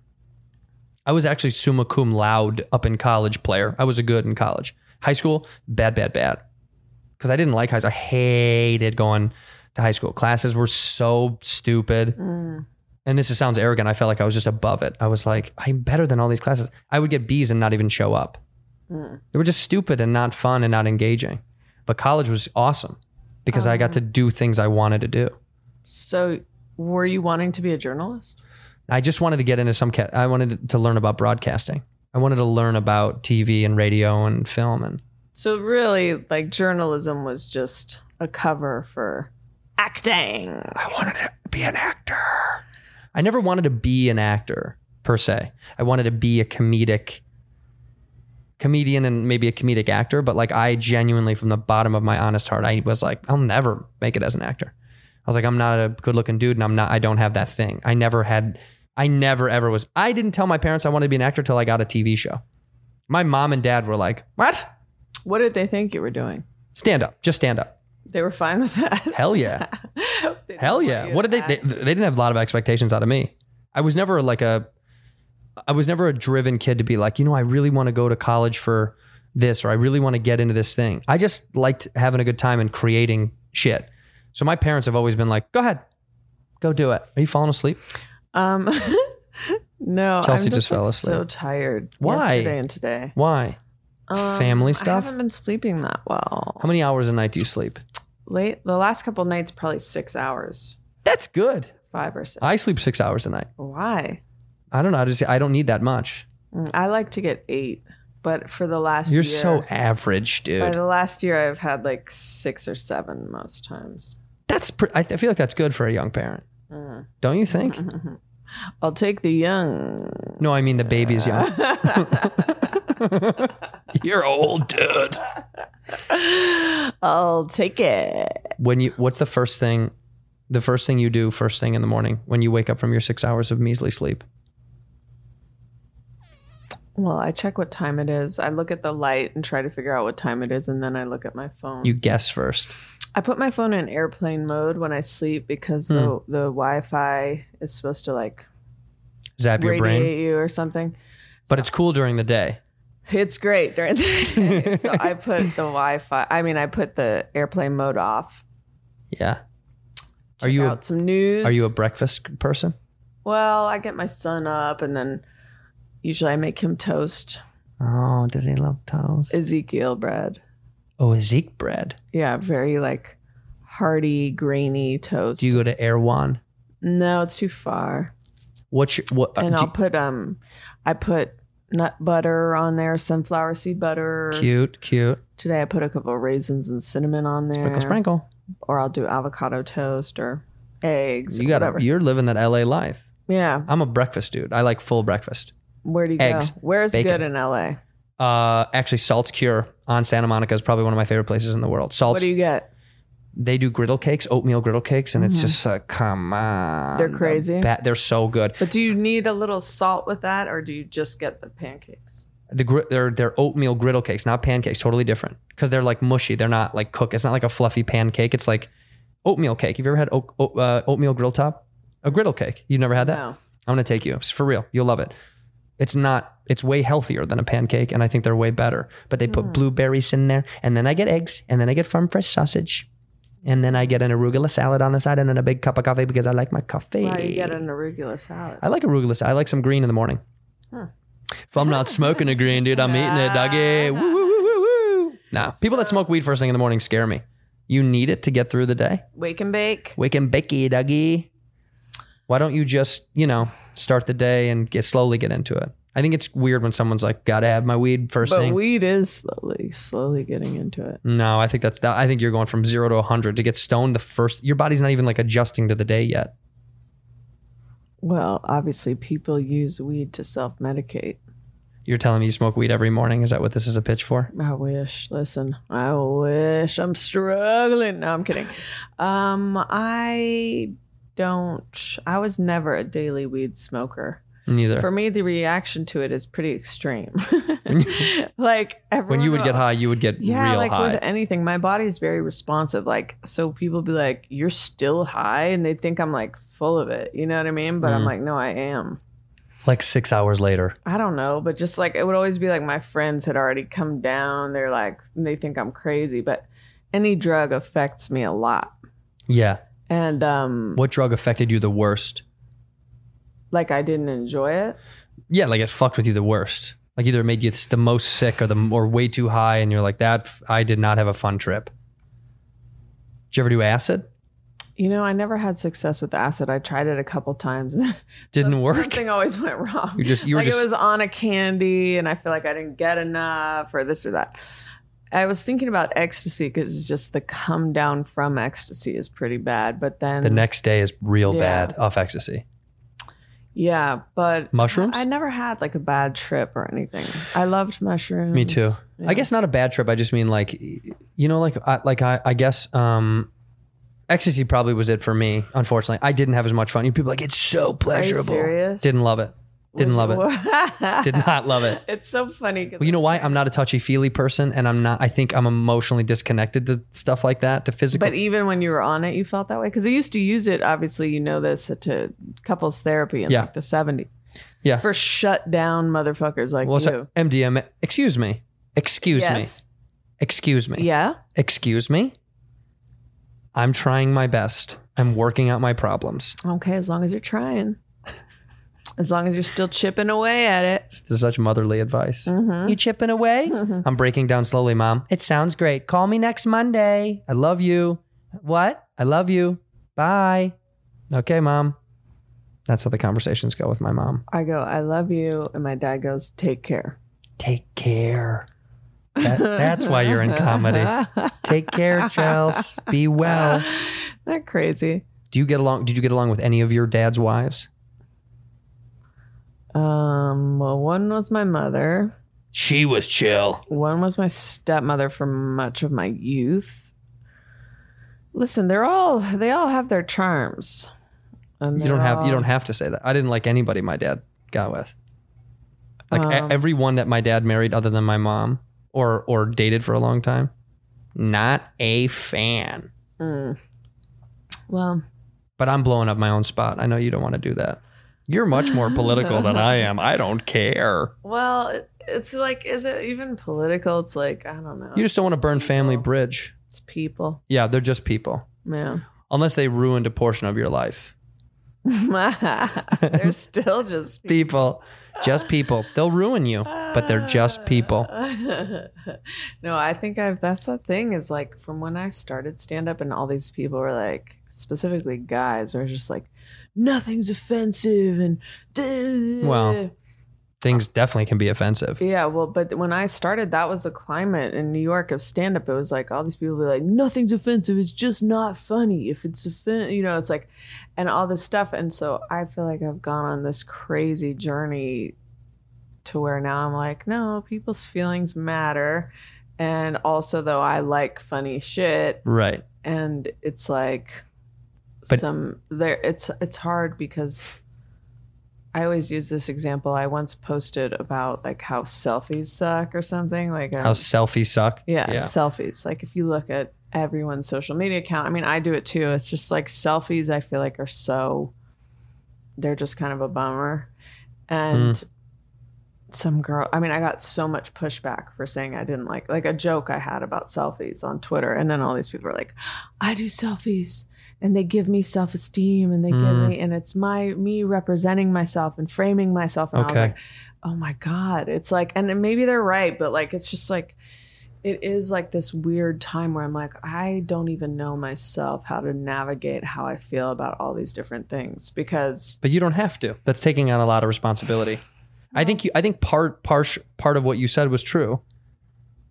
Speaker 8: I was actually summa cum laude up in college player. I was a good in college. High school, bad, bad, bad. because I didn't like high school. I hated going to high school. Classes were so stupid. And this is, sounds arrogant. I felt like I was just above it. I was like, I'm better than all these classes. I would get B's and not even show up. They were just stupid and not fun and not engaging. But college was awesome because I got to do things I wanted to do.
Speaker 9: So, were you wanting to be a journalist?
Speaker 8: I just wanted to get into some. Ca- I wanted to learn about broadcasting. I wanted to learn about TV and radio and film and
Speaker 9: So, really, like journalism was just a cover for acting.
Speaker 8: I wanted to be an actor. I never wanted to be an actor per se. I wanted to be a comedic comedian and maybe a comedic actor, but like I genuinely from the bottom of my honest heart, I was like, I'll never make it as an actor. I was like, I'm not a good looking dude and I'm not I don't have that thing. I never had I never ever was I didn't tell my parents I wanted to be an actor till I got a TV show. My mom and dad were like, What?
Speaker 9: What did they think you were doing?
Speaker 8: Stand up. Just stand up.
Speaker 9: They were fine with that.
Speaker 8: Hell yeah.
Speaker 9: They didn't
Speaker 8: Hell
Speaker 9: want
Speaker 8: yeah!
Speaker 9: you
Speaker 8: What did
Speaker 9: to
Speaker 8: they, they?
Speaker 9: act.
Speaker 8: They didn't have a lot of expectations out of me. I was never like a, I was never a driven kid to be like, you know, I really want to go to college for this, or I really want to get into this thing. I just liked having a good time and creating shit. So my parents have always been like, go ahead, go do it. Are you falling asleep?
Speaker 9: Um, no,
Speaker 8: Chelsea
Speaker 9: I'm
Speaker 8: just
Speaker 9: just,
Speaker 8: fell
Speaker 9: like,
Speaker 8: asleep.
Speaker 9: So tired.
Speaker 8: Why?
Speaker 9: Yesterday and today.
Speaker 8: Why? Family stuff.
Speaker 9: Um, I haven't been sleeping that well.
Speaker 8: How many hours a night do you sleep?
Speaker 9: Late the last couple nights, probably six hours,
Speaker 8: That's good.
Speaker 9: five or six.
Speaker 8: I sleep six hours a night.
Speaker 9: Why?
Speaker 8: I don't know. I just I don't need that much.
Speaker 9: Mm, I like to get eight, but for the last
Speaker 8: You're
Speaker 9: year,
Speaker 8: so average,
Speaker 9: by
Speaker 8: dude.
Speaker 9: the last year, I've had like six or seven most times.
Speaker 8: That's pre- I, th- I feel like that's good for a young parent. Don't you think?
Speaker 9: I'll take the young.
Speaker 8: No, I mean the baby's young. You're old, dude.
Speaker 9: I'll take it.
Speaker 8: When you what's the first thing the first thing you do first thing in the morning when you wake up from your 6 hours of measly sleep?
Speaker 9: Well, I check what time it is. I look at the light and try to figure out what time it is, and then I look at my phone.
Speaker 8: You guess first.
Speaker 9: I put my phone in airplane mode when I sleep because
Speaker 8: Hmm.
Speaker 9: the the Wi-Fi is supposed to like
Speaker 8: Zap your brain.
Speaker 9: radiate you or something.
Speaker 8: But it's cool during the day.
Speaker 9: It's great during the day. so I put the Wi-Fi. I mean, I put the airplane mode off.
Speaker 8: Yeah. Are you a,
Speaker 9: out some news?
Speaker 8: are you a breakfast person?
Speaker 9: well? I get my son up, and then usually I make him toast
Speaker 8: Oh, does he love toast?
Speaker 9: Ezekiel bread.
Speaker 8: oh, Zeke bread.
Speaker 9: Yeah, very like hearty, grainy toast.
Speaker 8: Do you go to Erewhon?
Speaker 9: no, it's too far.
Speaker 8: What's your, what
Speaker 9: and
Speaker 8: Uh, do
Speaker 9: I'll put um, I put nut butter on there, sunflower seed butter.
Speaker 8: you- cute, cute.
Speaker 9: Today I put a couple of raisins and cinnamon on there,
Speaker 8: Sprinkle sprinkle.
Speaker 9: or I'll do avocado toast or eggs.
Speaker 8: You
Speaker 9: or
Speaker 8: got
Speaker 9: whatever.
Speaker 8: to you're living that LA life.
Speaker 9: yeah.
Speaker 8: I'm a breakfast dude. I like full breakfast.
Speaker 9: Where do you
Speaker 8: eggs,
Speaker 9: go? Where's
Speaker 8: bacon.
Speaker 9: good in LA?
Speaker 8: Uh, actually, Salt's Cure on Santa Monica is probably one of my favorite places in the world. Salt,
Speaker 9: What do you get?
Speaker 8: they do griddle cakes, oatmeal griddle cakes, and it's just like, come on,
Speaker 9: Mm-hmm. They're crazy.
Speaker 8: The ba- they're so good.
Speaker 9: But do you need a little salt with that, or do you just get the pancakes?
Speaker 8: The gri- they're they're oatmeal griddle cakes, not pancakes. Totally different because they're like mushy. They're not like cooked. It's not like a fluffy pancake. It's like oatmeal cake. You've ever had oat, oat, uh, oatmeal griddle top? A griddle cake. You've never had that?
Speaker 9: No.
Speaker 8: I'm gonna take you. It's for real. You'll love it. It's not. It's way healthier than a pancake, and I think they're way better. But they
Speaker 9: Hmm.
Speaker 8: put blueberries in there, and then I get eggs, and then I get farm fresh sausage, and then I get an arugula salad on the side, and then a big cup of coffee because I like my coffee.
Speaker 9: Wow, you get an arugula salad.
Speaker 8: I like arugula. salad. I like some green in the morning. If I'm not smoking a green, dude, I'm eating it, doggy. Woo, woo, woo, woo, woo. Nah, people that smoke weed first thing in the morning scare me. You need it to get through the day.
Speaker 9: Wake and bake.
Speaker 8: Wake and Becky, Dougie. Why don't you just, you know, start the day and get slowly get into it? I think it's weird when someone's like, "Gotta have my weed first
Speaker 9: But
Speaker 8: thing."
Speaker 9: weed is slowly, slowly getting into it.
Speaker 8: no, I think that's. I think you're going from zero to hundred to get stoned. The first, your body's not even like adjusting to the day yet.
Speaker 9: Well, obviously, people use weed to self-medicate.
Speaker 8: You're telling me you smoke weed every morning? Is that what this is a pitch for?
Speaker 9: I wish. Listen, I wish. I'm struggling. No, I'm kidding. Um, I don't. I was never a daily weed smoker.
Speaker 8: Neither.
Speaker 9: For me, the reaction to it is pretty extreme. like everyone
Speaker 8: when you would get high, you would get
Speaker 9: Yeah,
Speaker 8: real
Speaker 9: like
Speaker 8: high.
Speaker 9: with anything, my body is very responsive. Like, so people be like, "You're still high," and they think I'm like full of it. You know what I mean? But
Speaker 8: Mm.
Speaker 9: I'm like, no, I am.
Speaker 8: like six hours later.
Speaker 9: I don't know, but just like it would always be like my friends had already come down. They're like, they think I'm crazy, but any drug affects me a lot.
Speaker 8: Yeah.
Speaker 9: And um
Speaker 8: What drug affected you the worst?
Speaker 9: like I didn't enjoy it.
Speaker 8: Yeah, like it fucked with you the worst. Like either it made you the most sick or the or way too high, and you're like that. I did not have a fun trip. Did you ever do acid?
Speaker 9: You know, I never had success with acid. I tried it a couple times.
Speaker 8: Didn't work.
Speaker 9: Something always went wrong.
Speaker 8: You just- you were
Speaker 9: like
Speaker 8: just-
Speaker 9: it was on a candy, and I feel like I didn't get enough or this or that. I was thinking about ecstasy because just the come down from ecstasy is pretty bad. But then,
Speaker 8: The next day is real
Speaker 9: Yeah.
Speaker 8: bad off ecstasy.
Speaker 9: yeah, but
Speaker 8: Mushrooms?
Speaker 9: I never had like a bad trip or anything. I loved mushrooms.
Speaker 8: Me too.
Speaker 9: Mm, Yeah.
Speaker 8: I guess not a bad trip. I just mean like, you know, like I like I, I guess um, ecstasy probably was it for me. Unfortunately, I didn't have as much fun. You people are like it's so pleasurable.
Speaker 9: serious?
Speaker 8: Didn't love it. Didn't love it.
Speaker 9: it.
Speaker 8: Did not love it.
Speaker 9: It's so funny. 'cause
Speaker 8: Well, you know why? I'm not a touchy feely person, and I'm not. I think I'm emotionally disconnected to stuff like that, to physical.
Speaker 9: But even when you were on it, you felt that way because they used to use it. Obviously, you know this to couples therapy in
Speaker 8: Yeah.
Speaker 9: like the seventies.
Speaker 8: Yeah.
Speaker 9: for shut down motherfuckers like
Speaker 8: well,
Speaker 9: you.
Speaker 8: so MDMA. Excuse me. Excuse me. Excuse me.
Speaker 9: Yeah.
Speaker 8: Excuse me. I'm trying my best. I'm working out my problems.
Speaker 9: Okay. As long as you're trying, as long as you're still chipping away at it.
Speaker 8: This is such motherly advice.
Speaker 9: Mm-hmm.
Speaker 8: You chipping away? I'm breaking down slowly, mom. It sounds great. Call me next Monday. I love you. What? I love you. Bye. Okay, mom. That's how the conversations go with my mom.
Speaker 9: I go, I love you, and my dad goes, take care.
Speaker 8: Take care. That- that's why you're in comedy. Take care, Chels. Be well.
Speaker 9: Isn't that crazy?
Speaker 8: Do you get along? Did you get along with any of your dad's wives?
Speaker 9: Um, well, one was my mother.
Speaker 8: She was chill.
Speaker 9: One was my stepmother for much of my youth. Listen, they're all they all have their charms. And
Speaker 8: You don't
Speaker 9: they're
Speaker 8: have. You
Speaker 9: all-
Speaker 8: don't have to say that. I didn't like anybody my dad got with. Like e- everyone that my dad married, other than my mom, or or dated for a long time, not a fan.
Speaker 9: Well,
Speaker 8: But I'm blowing up my own spot. I know you don't want to do that. You're much more political than I am. I don't care.
Speaker 9: well, it- it's like is it even political? It's like I don't know.
Speaker 8: You just don't want to burn family bridge.
Speaker 9: it's people.
Speaker 8: Yeah, they're just people.
Speaker 9: Yeah.
Speaker 8: Unless they ruined a portion of your life.
Speaker 9: they're still just people.
Speaker 8: People, just people. They'll ruin you, but they're just people.
Speaker 9: no, I think I've that's the thing is like from when I started stand up and all these people were like specifically guys were just like nothing's offensive and duh."
Speaker 8: Well. Things definitely can be offensive.
Speaker 9: yeah well but when I started that was the climate in New York of stand up it was like all these people be like nothing's offensive it's just not funny if it's offen-, you know it's like and all this stuff and so I feel like I've gone on this crazy journey to where now I'm like, no, people's feelings matter. And also, though, I like funny shit,
Speaker 8: Right.
Speaker 9: and it's like
Speaker 8: But-
Speaker 9: some there. It's it's hard because I always use this example. I once posted about like how selfies suck or something. Like
Speaker 8: How
Speaker 9: um,
Speaker 8: selfies suck.
Speaker 9: yeah, selfies. Like if you look at everyone's social media account, I mean, I do it too. It's just like selfies. I feel like are so they're just kind of a bummer. And some girl, I mean, I got so much pushback for saying I didn't like like a joke I had about selfies on Twitter, and then all these people are like, "I do selfies." And they give me self esteem and they
Speaker 8: Mm.
Speaker 9: give me, and it's my, me representing myself and framing myself. And I was
Speaker 8: Okay.
Speaker 9: like, oh my God. It's like, and then maybe they're right, but like, it's just like, it is like this weird time where I'm like, I don't even know myself how to navigate how I feel about all these different things because
Speaker 8: But you don't have to. That's taking on a lot of responsibility. I think you I think part part part of what you said was true.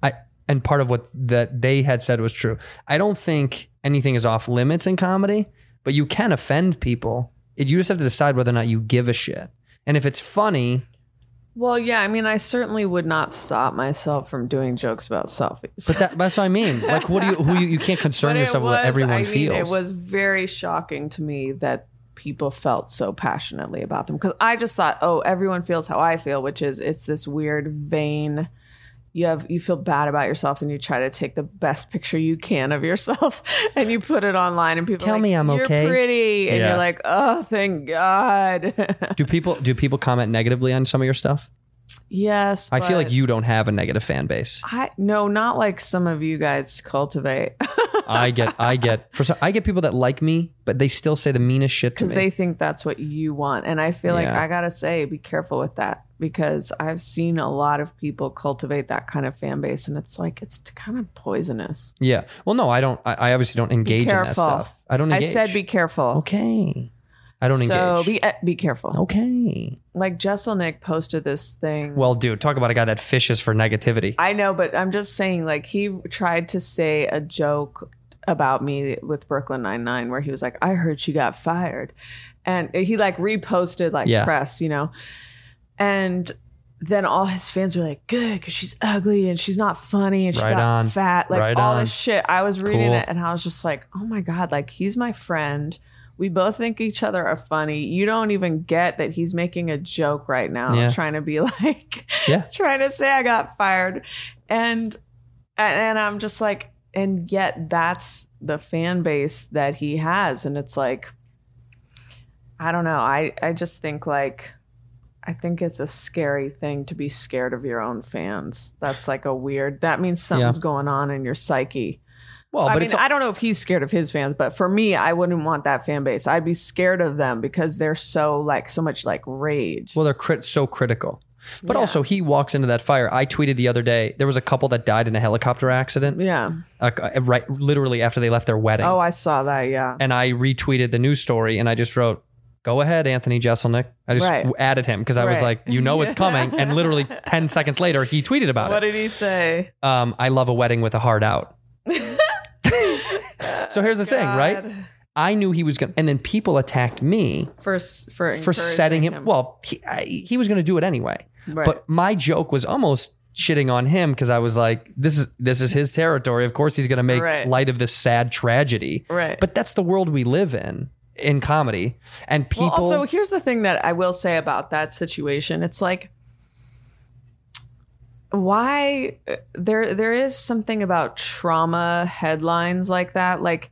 Speaker 8: I and part of what that they had said was true. I don't think anything is off limits in comedy, but you can offend people. It, you just have to decide whether or not you give a shit. And if it's funny,
Speaker 9: well, yeah, I mean, I certainly would not stop myself from doing jokes about selfies.
Speaker 8: But that, that's what I mean. Like, what do you? Who you, you can't concern
Speaker 9: But it
Speaker 8: yourself with what
Speaker 9: was-
Speaker 8: everyone
Speaker 9: I mean,
Speaker 8: feels.
Speaker 9: It was very shocking to me that people felt so passionately about them because I just thought, oh, everyone feels how I feel, which is it's this weird vain. You have you feel bad about yourself and you try to take the best picture you can of yourself and you put it online and people are
Speaker 8: Tell
Speaker 9: like,
Speaker 8: me I'm
Speaker 9: You're
Speaker 8: okay."
Speaker 9: pretty and
Speaker 8: Yeah.
Speaker 9: you're like oh thank God
Speaker 8: do people do people comment negatively on some of your stuff?
Speaker 9: Yes.
Speaker 8: I feel like
Speaker 9: but
Speaker 8: you don't have a negative fan base.
Speaker 9: I no, not like some of you guys cultivate
Speaker 8: I get, I get, for some, I get people that like me, but they still say the meanest shit to
Speaker 9: because
Speaker 8: me.
Speaker 9: they think that's what you want. And I feel like
Speaker 8: Yeah.
Speaker 9: I gotta say, be careful with that because I've seen a lot of people cultivate that kind of fan base, and it's like it's kind of poisonous.
Speaker 8: yeah. Well, no, I don't. I, I obviously don't engage in that
Speaker 9: careful.
Speaker 8: stuff. I don't.
Speaker 9: I
Speaker 8: Engage.
Speaker 9: said be careful.
Speaker 8: okay. I don't
Speaker 9: so
Speaker 8: engage.
Speaker 9: be eh, be careful.
Speaker 8: okay.
Speaker 9: Like Jesselnick posted this thing.
Speaker 8: Well, dude, talk about a guy that fishes for negativity.
Speaker 9: I know, but I'm just saying, like, he tried to say a joke about me with Brooklyn Nine Nine, where he was like, "I heard she got fired," and he like reposted like
Speaker 8: Yeah.
Speaker 9: press, you know, and then all his fans were like, "Good, because she's ugly and she's not funny and she
Speaker 8: Right
Speaker 9: got
Speaker 8: on.
Speaker 9: fat, like
Speaker 8: Right
Speaker 9: all
Speaker 8: on.
Speaker 9: this shit." I was reading
Speaker 8: Cool.
Speaker 9: it and I was just like, "Oh my god!" Like, he's my friend. We both think each other are funny. You don't even get that he's making a joke right now,
Speaker 8: Yeah.
Speaker 9: trying to be like,
Speaker 8: Yeah.
Speaker 9: trying to say I got fired. And and and I'm just like, and yet that's the fan base that he has. And it's like, I don't know. I, I just think like I think it's a scary thing to be scared of your own fans. That's like a weird that means something's going on in your psyche.
Speaker 8: well,
Speaker 9: I
Speaker 8: Oh, but
Speaker 9: mean,
Speaker 8: it's
Speaker 9: I don't know if he's scared of his fans, but for me, I wouldn't want that fan base. I'd be scared of them because they're so like so much like rage.
Speaker 8: Well, they're crit- so critical. But also, he walks into that fire. I tweeted the other day there was a couple that died in a helicopter accident,
Speaker 9: yeah.
Speaker 8: uh, uh, right, literally after they left their wedding.
Speaker 9: Oh, I saw that. Yeah.
Speaker 8: and I retweeted the news story and I just wrote, "Go ahead, Anthony Jeselnik." I just
Speaker 9: Right.
Speaker 8: added him because I was
Speaker 9: Right.
Speaker 8: like, "You know it's coming," and literally ten seconds later, he tweeted about
Speaker 9: What
Speaker 8: it.
Speaker 9: did he say?
Speaker 8: um, I love a wedding with a heart out. so here's the thing, right?
Speaker 9: God.
Speaker 8: I knew he was going, to and then people attacked me
Speaker 9: For s- for
Speaker 8: for setting him.
Speaker 9: encouraging
Speaker 8: Well, he, I, he was going to do it anyway.
Speaker 9: Right.
Speaker 8: But my joke was almost shitting on him because I was like, "This is this is his territory. Of course, he's going to make
Speaker 9: Right.
Speaker 8: light of this sad tragedy."
Speaker 9: Right.
Speaker 8: But that's the world we live in in comedy, and people.
Speaker 9: Well, also, here's the thing that I will say about that situation. It's like why uh, there there is something about trauma headlines like that. Like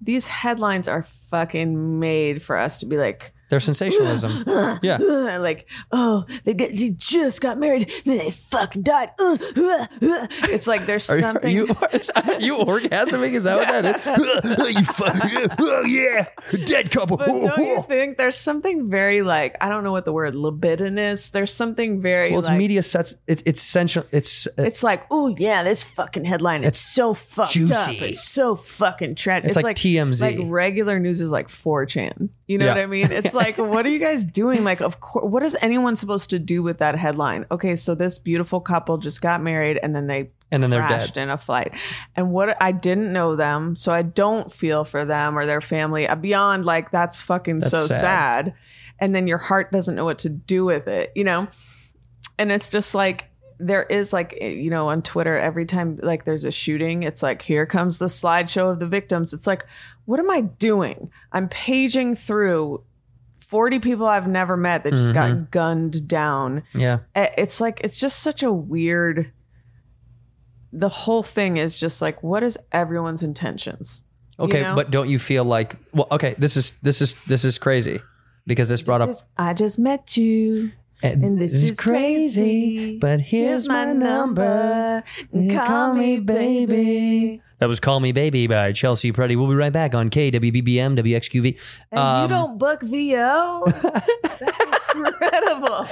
Speaker 9: these headlines are fucking made for us to be like
Speaker 8: their sensationalism. yeah.
Speaker 9: "Ugh," like oh they, get, they just got married then they fucking died Ugh, ugh, ugh." it's like there's
Speaker 8: Are you, are
Speaker 9: something
Speaker 8: you are you orgasming? Is that what that is? you fuck. Oh yeah, dead couple.
Speaker 9: But don't you think there's something very like I don't know what the word libidinous. There's something very
Speaker 8: well, it's
Speaker 9: like,
Speaker 8: media sets. It's it's central. It's uh,
Speaker 9: It's like oh yeah, this fucking headline. It's, so fucked
Speaker 8: juicy.
Speaker 9: up. It's so fucking tragic.
Speaker 8: It's like TMZ.
Speaker 9: Like regular news is like 4chan. You know
Speaker 8: Yeah.
Speaker 9: what I mean? It's like what are you guys doing? Like of course, what is anyone supposed to do with that headline? Okay, so this beautiful couple just got married and then they
Speaker 8: and then they're
Speaker 9: crashed
Speaker 8: dead.
Speaker 9: in a flight. And what I didn't know them, so I don't feel for them or their family. Uh, Beyond like that's fucking
Speaker 8: That's
Speaker 9: so
Speaker 8: sad.
Speaker 9: sad. And then your heart doesn't know what to do with it, you know? And it's just like there is like eh, you know on Twitter every time like there's a shooting, it's like here comes the slideshow of the victims. It's like what am I doing? I'm paging through 40 people I've never met that just
Speaker 8: Mm-hmm.
Speaker 9: got gunned down
Speaker 8: Yeah.
Speaker 9: I- Eh, it's like it's just such a weird the whole thing is just like what is everyone's intentions
Speaker 8: Okay,
Speaker 9: You know?
Speaker 8: but don't you feel like well, okay, this is this is this is crazy because this brought
Speaker 9: This is- i just met you
Speaker 8: up and,
Speaker 9: this is crazy.
Speaker 8: but here's my number. Call me baby. That was Call Me Baby by Chelsea Pretty. We'll be right back on KWBBM WXQV.
Speaker 9: and
Speaker 8: Um,
Speaker 9: you don't book vo that's incredible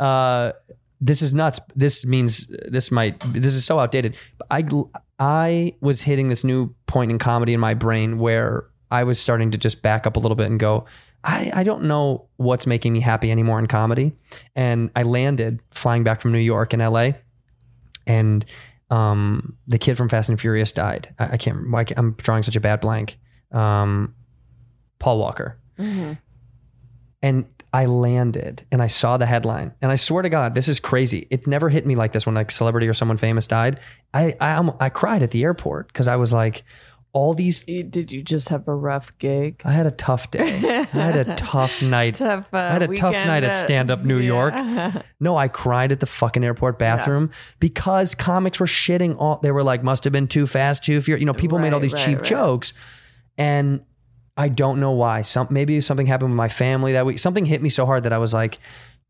Speaker 8: uh this is nuts. This means this might this is so outdated. I gl- I was hitting this new point in comedy in my brain where I was starting to just back up a little bit and go, I, I don't know what's making me happy anymore in comedy. And I landed flying back from New York in LA and um the kid from Fast and Furious died. I, I can't why can't- I'm drawing such a bad blank. Um Paul Walker and I landed and I saw the headline and I swear to God, this is crazy. It never hit me like this when like celebrity or someone famous died. I I, almo- I cried at the airport because I was like, all these.
Speaker 9: You- did you just have a rough gig
Speaker 8: I had a tough day. I had a tough night.
Speaker 9: Tough, uh,
Speaker 8: I had a tough
Speaker 9: weekend
Speaker 8: night at
Speaker 9: at-
Speaker 8: stand up New
Speaker 9: Yeah.
Speaker 8: York. No, I cried at the fucking airport bathroom because comics were shitting all. They were like, must have been too fast, too furious. You know, people made all
Speaker 9: Right,
Speaker 8: these
Speaker 9: right,
Speaker 8: cheap
Speaker 9: right.
Speaker 8: jokes, and I don't know why. Some maybe something happened with my family that week. Something hit me so hard that I was like,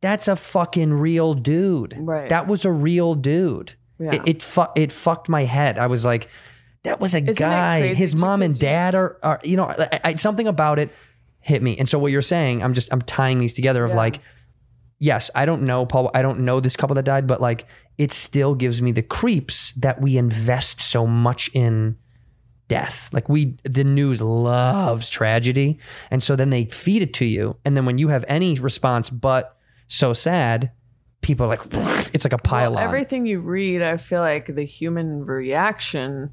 Speaker 8: That's a fucking real dude.
Speaker 9: Right.
Speaker 8: That was a real dude.
Speaker 9: Yeah.
Speaker 8: It it, fu- it fucked my head. I was like, that was a
Speaker 9: that
Speaker 8: guy.
Speaker 9: crazy
Speaker 8: His
Speaker 9: too?
Speaker 8: mom and
Speaker 9: 'Cause
Speaker 8: dad are, are you know, I, I, something about it hit me. And so what you're saying, I'm just I'm tying these together of like, yes, I don't know Paul. I don't know this couple that died, but like it still gives me the creeps that we invest so much in death. Like we the news loves tragedy. And so then they feed it to you. And then when you have any response but so sad, people are like it's like a pile
Speaker 9: Well,
Speaker 8: on.
Speaker 9: everything you read, I feel like the human reaction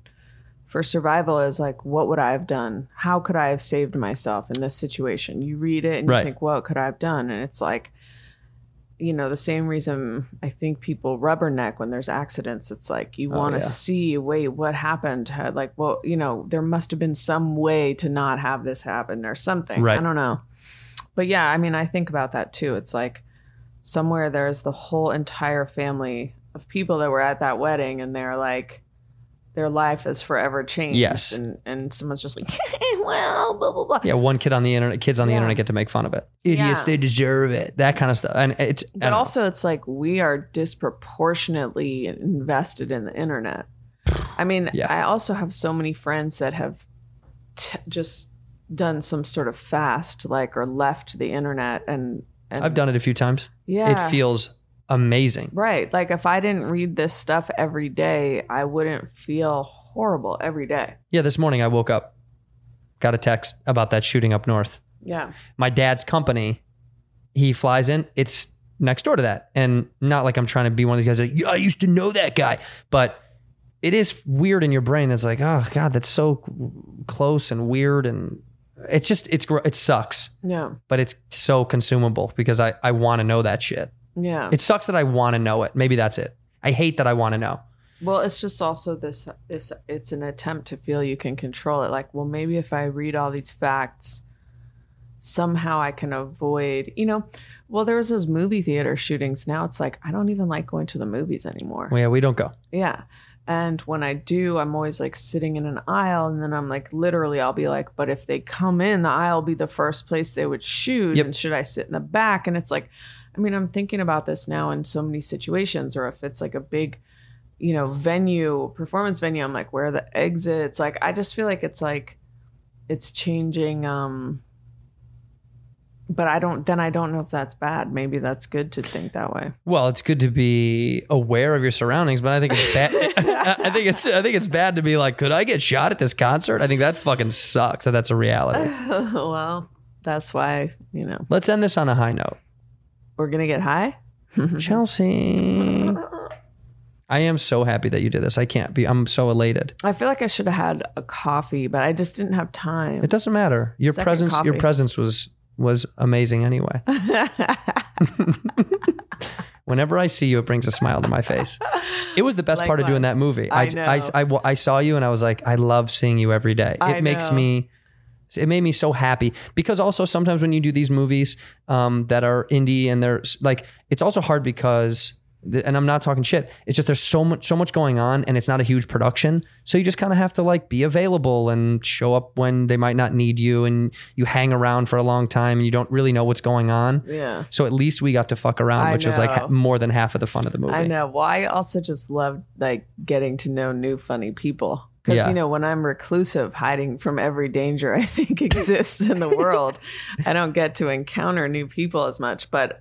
Speaker 9: for survival is like, what would I have done? How could I have saved myself in this situation? You read it and
Speaker 8: Right.
Speaker 9: you think, what could I have done? And it's like, you know, the same reason I think people rubberneck when there's accidents. It's like you want to
Speaker 8: Oh, yeah.
Speaker 9: see, wait, what happened? How- Like, well, you know, there must have been some way to not have this happen or something.
Speaker 8: Right.
Speaker 9: I don't know. But yeah, I mean, I think about that too. It's like, somewhere there's the whole entire family of people that were at that wedding and they're like their life is forever changed
Speaker 8: Yes.
Speaker 9: and and someone's just like well blah blah blah
Speaker 8: Yeah, one kid on the internet, kids on the
Speaker 9: Yeah.
Speaker 8: internet get to make fun of it. Idiots,
Speaker 9: Yeah.
Speaker 8: they deserve it. That kind of stuff. And it's I
Speaker 9: but
Speaker 8: don't know.
Speaker 9: also it's like we are disproportionately invested in the internet i mean
Speaker 8: Yeah.
Speaker 9: i also have so many friends that have t- just done some sort of fast like or left the internet and, and
Speaker 8: I've done it a few times.
Speaker 9: yeah
Speaker 8: It feels amazing.
Speaker 9: Right. Like if I didn't read this stuff every day, I wouldn't feel horrible every day.
Speaker 8: Yeah, this morning I woke up, got a text about that shooting up north.
Speaker 9: Yeah.
Speaker 8: my dad's company, he flies in. It's next door to that. And not like I'm trying to be one of these guys like, yeah, I used to know that guy. But it is weird in your brain that's like, oh God, that's so close and weird. And it's just, it's gr- it sucks,
Speaker 9: Yeah.
Speaker 8: but it's so consumable because I, I want to know that shit.
Speaker 9: Yeah.
Speaker 8: It sucks that I want to know it. Maybe that's it. I hate that I want to know.
Speaker 9: well, it's just also this this it's an attempt to feel you can control it. Like, well, maybe if I read all these facts, somehow I can avoid, you know, well, there was those movie theater shootings. Now it's like I don't even like going to the movies anymore.
Speaker 8: Well, yeah, we don't go.
Speaker 9: Yeah. And when I do, I'm always like sitting in an aisle, and then I'm like, literally, I'll be like, but if they come in, the aisle will be the first place they would shoot.
Speaker 8: Yep.
Speaker 9: And should I sit in the back? And it's like, I mean, I'm thinking about this now in so many situations, or if it's like a big, you know, venue, performance venue, I'm like, where are the exits? Like, I just feel like it's like, it's changing. Um, but I don't, then I don't know if that's bad. Maybe that's good to think that way.
Speaker 8: Well, it's good to be aware of your surroundings, but I think it's bad. I think it's I think it's bad to be like, could I get shot at this concert? I think that fucking sucks. That that's a reality.
Speaker 9: well, that's why, you know.
Speaker 8: Let's end this on a high note.
Speaker 9: we're gonna get high.
Speaker 8: Chelsea, I am so happy that you did this. I can't be. I'm so elated.
Speaker 9: I feel like I should have had a coffee, but I just didn't have time.
Speaker 8: It doesn't matter. Your
Speaker 9: Second
Speaker 8: presence. Your
Speaker 9: coffee.
Speaker 8: presence was was amazing. Anyway, whenever I see you, it brings a smile to my face. It was the best part of doing that
Speaker 9: Likewise.
Speaker 8: movie.
Speaker 9: I
Speaker 8: j-
Speaker 9: know.
Speaker 8: I, wa- I saw you and I was like, I love seeing you every day. It
Speaker 9: I
Speaker 8: makes
Speaker 9: know.
Speaker 8: me. It made me so happy because also sometimes when you do these movies um, that are indie and they're s- like, it's also hard because, the, and I'm not talking shit. It's just there's so much so much going on and it's not a huge production, so you just kind of have to like be available and show up when they might not need you, and you hang around for a long time and you don't really know what's going on.
Speaker 9: yeah,
Speaker 8: So at least we got to fuck around,
Speaker 9: I
Speaker 8: which was like
Speaker 9: know.
Speaker 8: ha- more than half of the fun of the movie.
Speaker 9: I know. Well, I also just love like getting to know new funny people. Because
Speaker 8: Yeah.
Speaker 9: you know, when I'm reclusive, hiding from every danger I think exists in the world, I don't get to encounter new people as much. But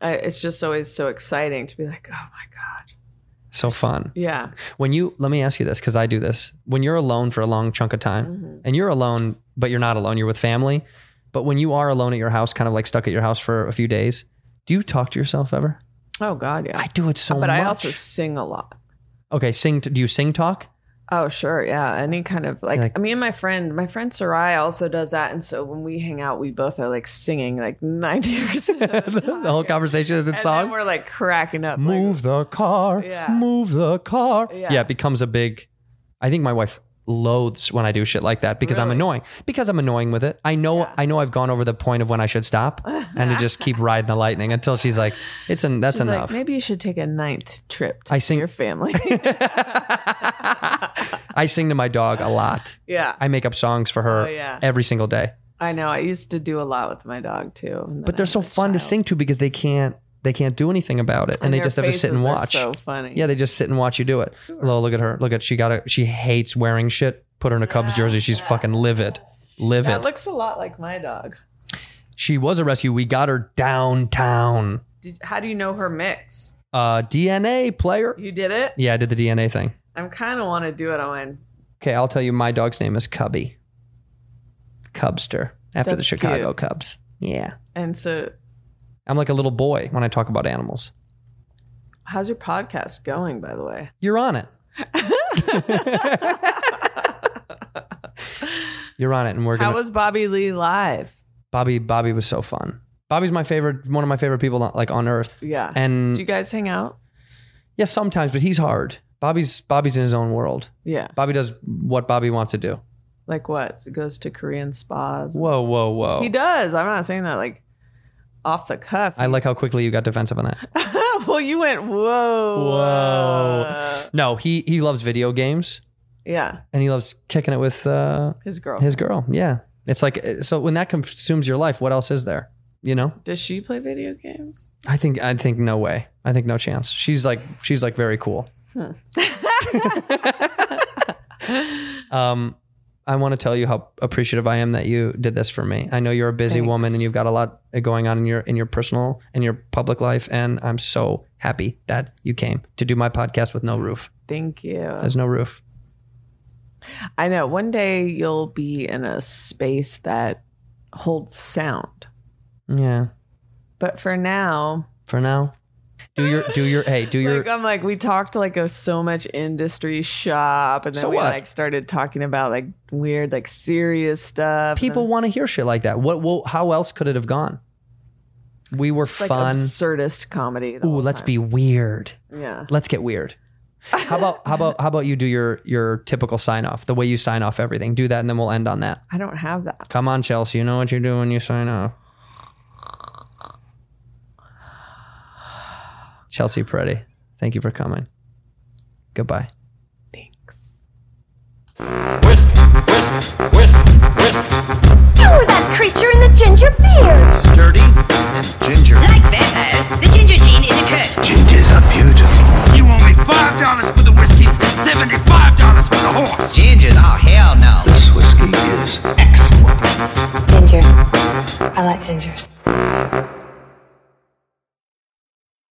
Speaker 9: I, it's just always so exciting to be like, oh my god,
Speaker 8: So fun.
Speaker 9: yeah,
Speaker 8: when you let me ask you this because i do this when you're alone for a long chunk of time and you're alone but you're not alone you're with family but when you are alone at your house kind of like stuck at your house for a few days do you talk to yourself ever
Speaker 9: oh god, yeah.
Speaker 8: i do it so
Speaker 9: but
Speaker 8: much
Speaker 9: I also sing a lot.
Speaker 8: okay sing do you sing talk
Speaker 9: Oh, sure. Yeah. Any kind of like,
Speaker 8: Like-
Speaker 9: I mean, my friend, my friend Sarai also does that. And so when we hang out, we both are like singing like 90% of
Speaker 8: the
Speaker 9: the time.
Speaker 8: whole conversation is in
Speaker 9: and
Speaker 8: song
Speaker 9: Then we're like cracking up. like-
Speaker 8: move the car
Speaker 9: Yeah.
Speaker 8: move the car yeah.
Speaker 9: Yeah.
Speaker 8: it becomes a big i think my wife loathes when i do shit like that because i'm
Speaker 9: Really?
Speaker 8: annoying because i'm annoying with it i know i know i've gone over the point of when i should stop and to just keep riding the lightning until she's like it's an that's
Speaker 9: She's like,
Speaker 8: enough
Speaker 9: Maybe you should take a ninth trip to
Speaker 8: I
Speaker 9: I
Speaker 8: sing-
Speaker 9: sing- your family.
Speaker 8: i sing to my dog a lot
Speaker 9: yeah.
Speaker 8: i make up songs for her
Speaker 9: Oh, yeah.
Speaker 8: every single day
Speaker 9: I know. I used to do a lot with my dog too. and then
Speaker 8: But they're
Speaker 9: I
Speaker 8: so
Speaker 9: had a
Speaker 8: fun to
Speaker 9: child.
Speaker 8: sing to because they can't they can't do anything about it, and, they
Speaker 9: their
Speaker 8: just have to sit and
Speaker 9: faces are
Speaker 8: watch.
Speaker 9: So funny.
Speaker 8: Yeah, they just sit and watch you do it. Lola, look at her. Look at she got a she hates wearing shit. Put her in a Cubs jersey. She's fucking livid. Livid.
Speaker 9: that looks a lot like my dog.
Speaker 8: she was a rescue. We got her downtown.
Speaker 9: Did, how do you know her mix?
Speaker 8: Uh DNA player.
Speaker 9: You did it.
Speaker 8: Yeah, I did the DNA thing.
Speaker 9: I'm kind of want to do it on.
Speaker 8: Okay, I'll tell you my dog's name is Cubby. Cubster. After the
Speaker 9: That's
Speaker 8: Chicago
Speaker 9: cute.
Speaker 8: Cubs. Yeah.
Speaker 9: And so,
Speaker 8: I'm like a little boy when I talk about animals.
Speaker 9: how's your podcast going? By the way,
Speaker 8: You're on it. You're on it, and we're
Speaker 9: how
Speaker 8: gonna.
Speaker 9: was Bobby Lee live?
Speaker 8: Bobby Bobby was so fun. Bobby's my favorite, one of my favorite people on- like on earth.
Speaker 9: Yeah.
Speaker 8: and
Speaker 9: Do you guys hang out?
Speaker 8: yeah, sometimes, but he's hard. Bobby's Bobby's in his own world.
Speaker 9: Yeah.
Speaker 8: Bobby does what Bobby wants to do.
Speaker 9: Like what? It goes to Korean spas.
Speaker 8: Whoa, whoa, whoa!
Speaker 9: He does. I'm not saying that like off the cuff.
Speaker 8: I like how quickly you got defensive on that.
Speaker 9: well, you went whoa.
Speaker 8: Whoa. No, he he loves video games
Speaker 9: Yeah,
Speaker 8: and he loves kicking it with uh,
Speaker 9: his girl.
Speaker 8: his girl. Yeah, it's like eh, so when that consumes your life, what else is there? You know,
Speaker 9: Does she play video games?
Speaker 8: I think I think no way. I think no chance. She's like she's like very cool. um, I want to tell you how appreciative I am that you did this for me. I know you're a busy woman and you've got a lot uh, going on in your in your personal and your public life, and I'm so happy that you came to do my podcast with no roof.
Speaker 9: Thank you.
Speaker 8: There's no roof.
Speaker 9: I know. One day you'll be in a space that holds sound,
Speaker 8: Yeah.
Speaker 9: but for now,
Speaker 8: For now, do your do your hey do your
Speaker 9: like uh, I'm like we talked like a so much industry shop, and then
Speaker 8: So
Speaker 9: we
Speaker 8: what?
Speaker 9: like started talking about like weird like serious stuff.
Speaker 8: people want to hear shit like that. What, what? How else could it have gone? We were
Speaker 9: like
Speaker 8: fun.
Speaker 9: absurdist comedy. the
Speaker 8: Ooh,
Speaker 9: whole
Speaker 8: let's
Speaker 9: time.
Speaker 8: be weird.
Speaker 9: yeah.
Speaker 8: Let's get weird. How about how about how about you do your your typical sign off, the way you sign off everything. Do that and then we'll end on that.
Speaker 9: I don't have that.
Speaker 8: Come on, Chelsea, you know what you do when you sign off. Chelsea Peretti, thank you for coming. Goodbye.
Speaker 1: Whisk, whisk, whisk, whisk.
Speaker 2: You were that creature in the ginger beard.
Speaker 3: Sturdy ginger.
Speaker 4: Like vampires, the ginger gene is a curse.
Speaker 5: Gingers are beautiful.
Speaker 6: You owe me five dollars for the whiskey and seventy-five dollars for the horse.
Speaker 3: Gingers, oh hell no.
Speaker 5: This whiskey is excellent.
Speaker 7: Ginger. I like gingers.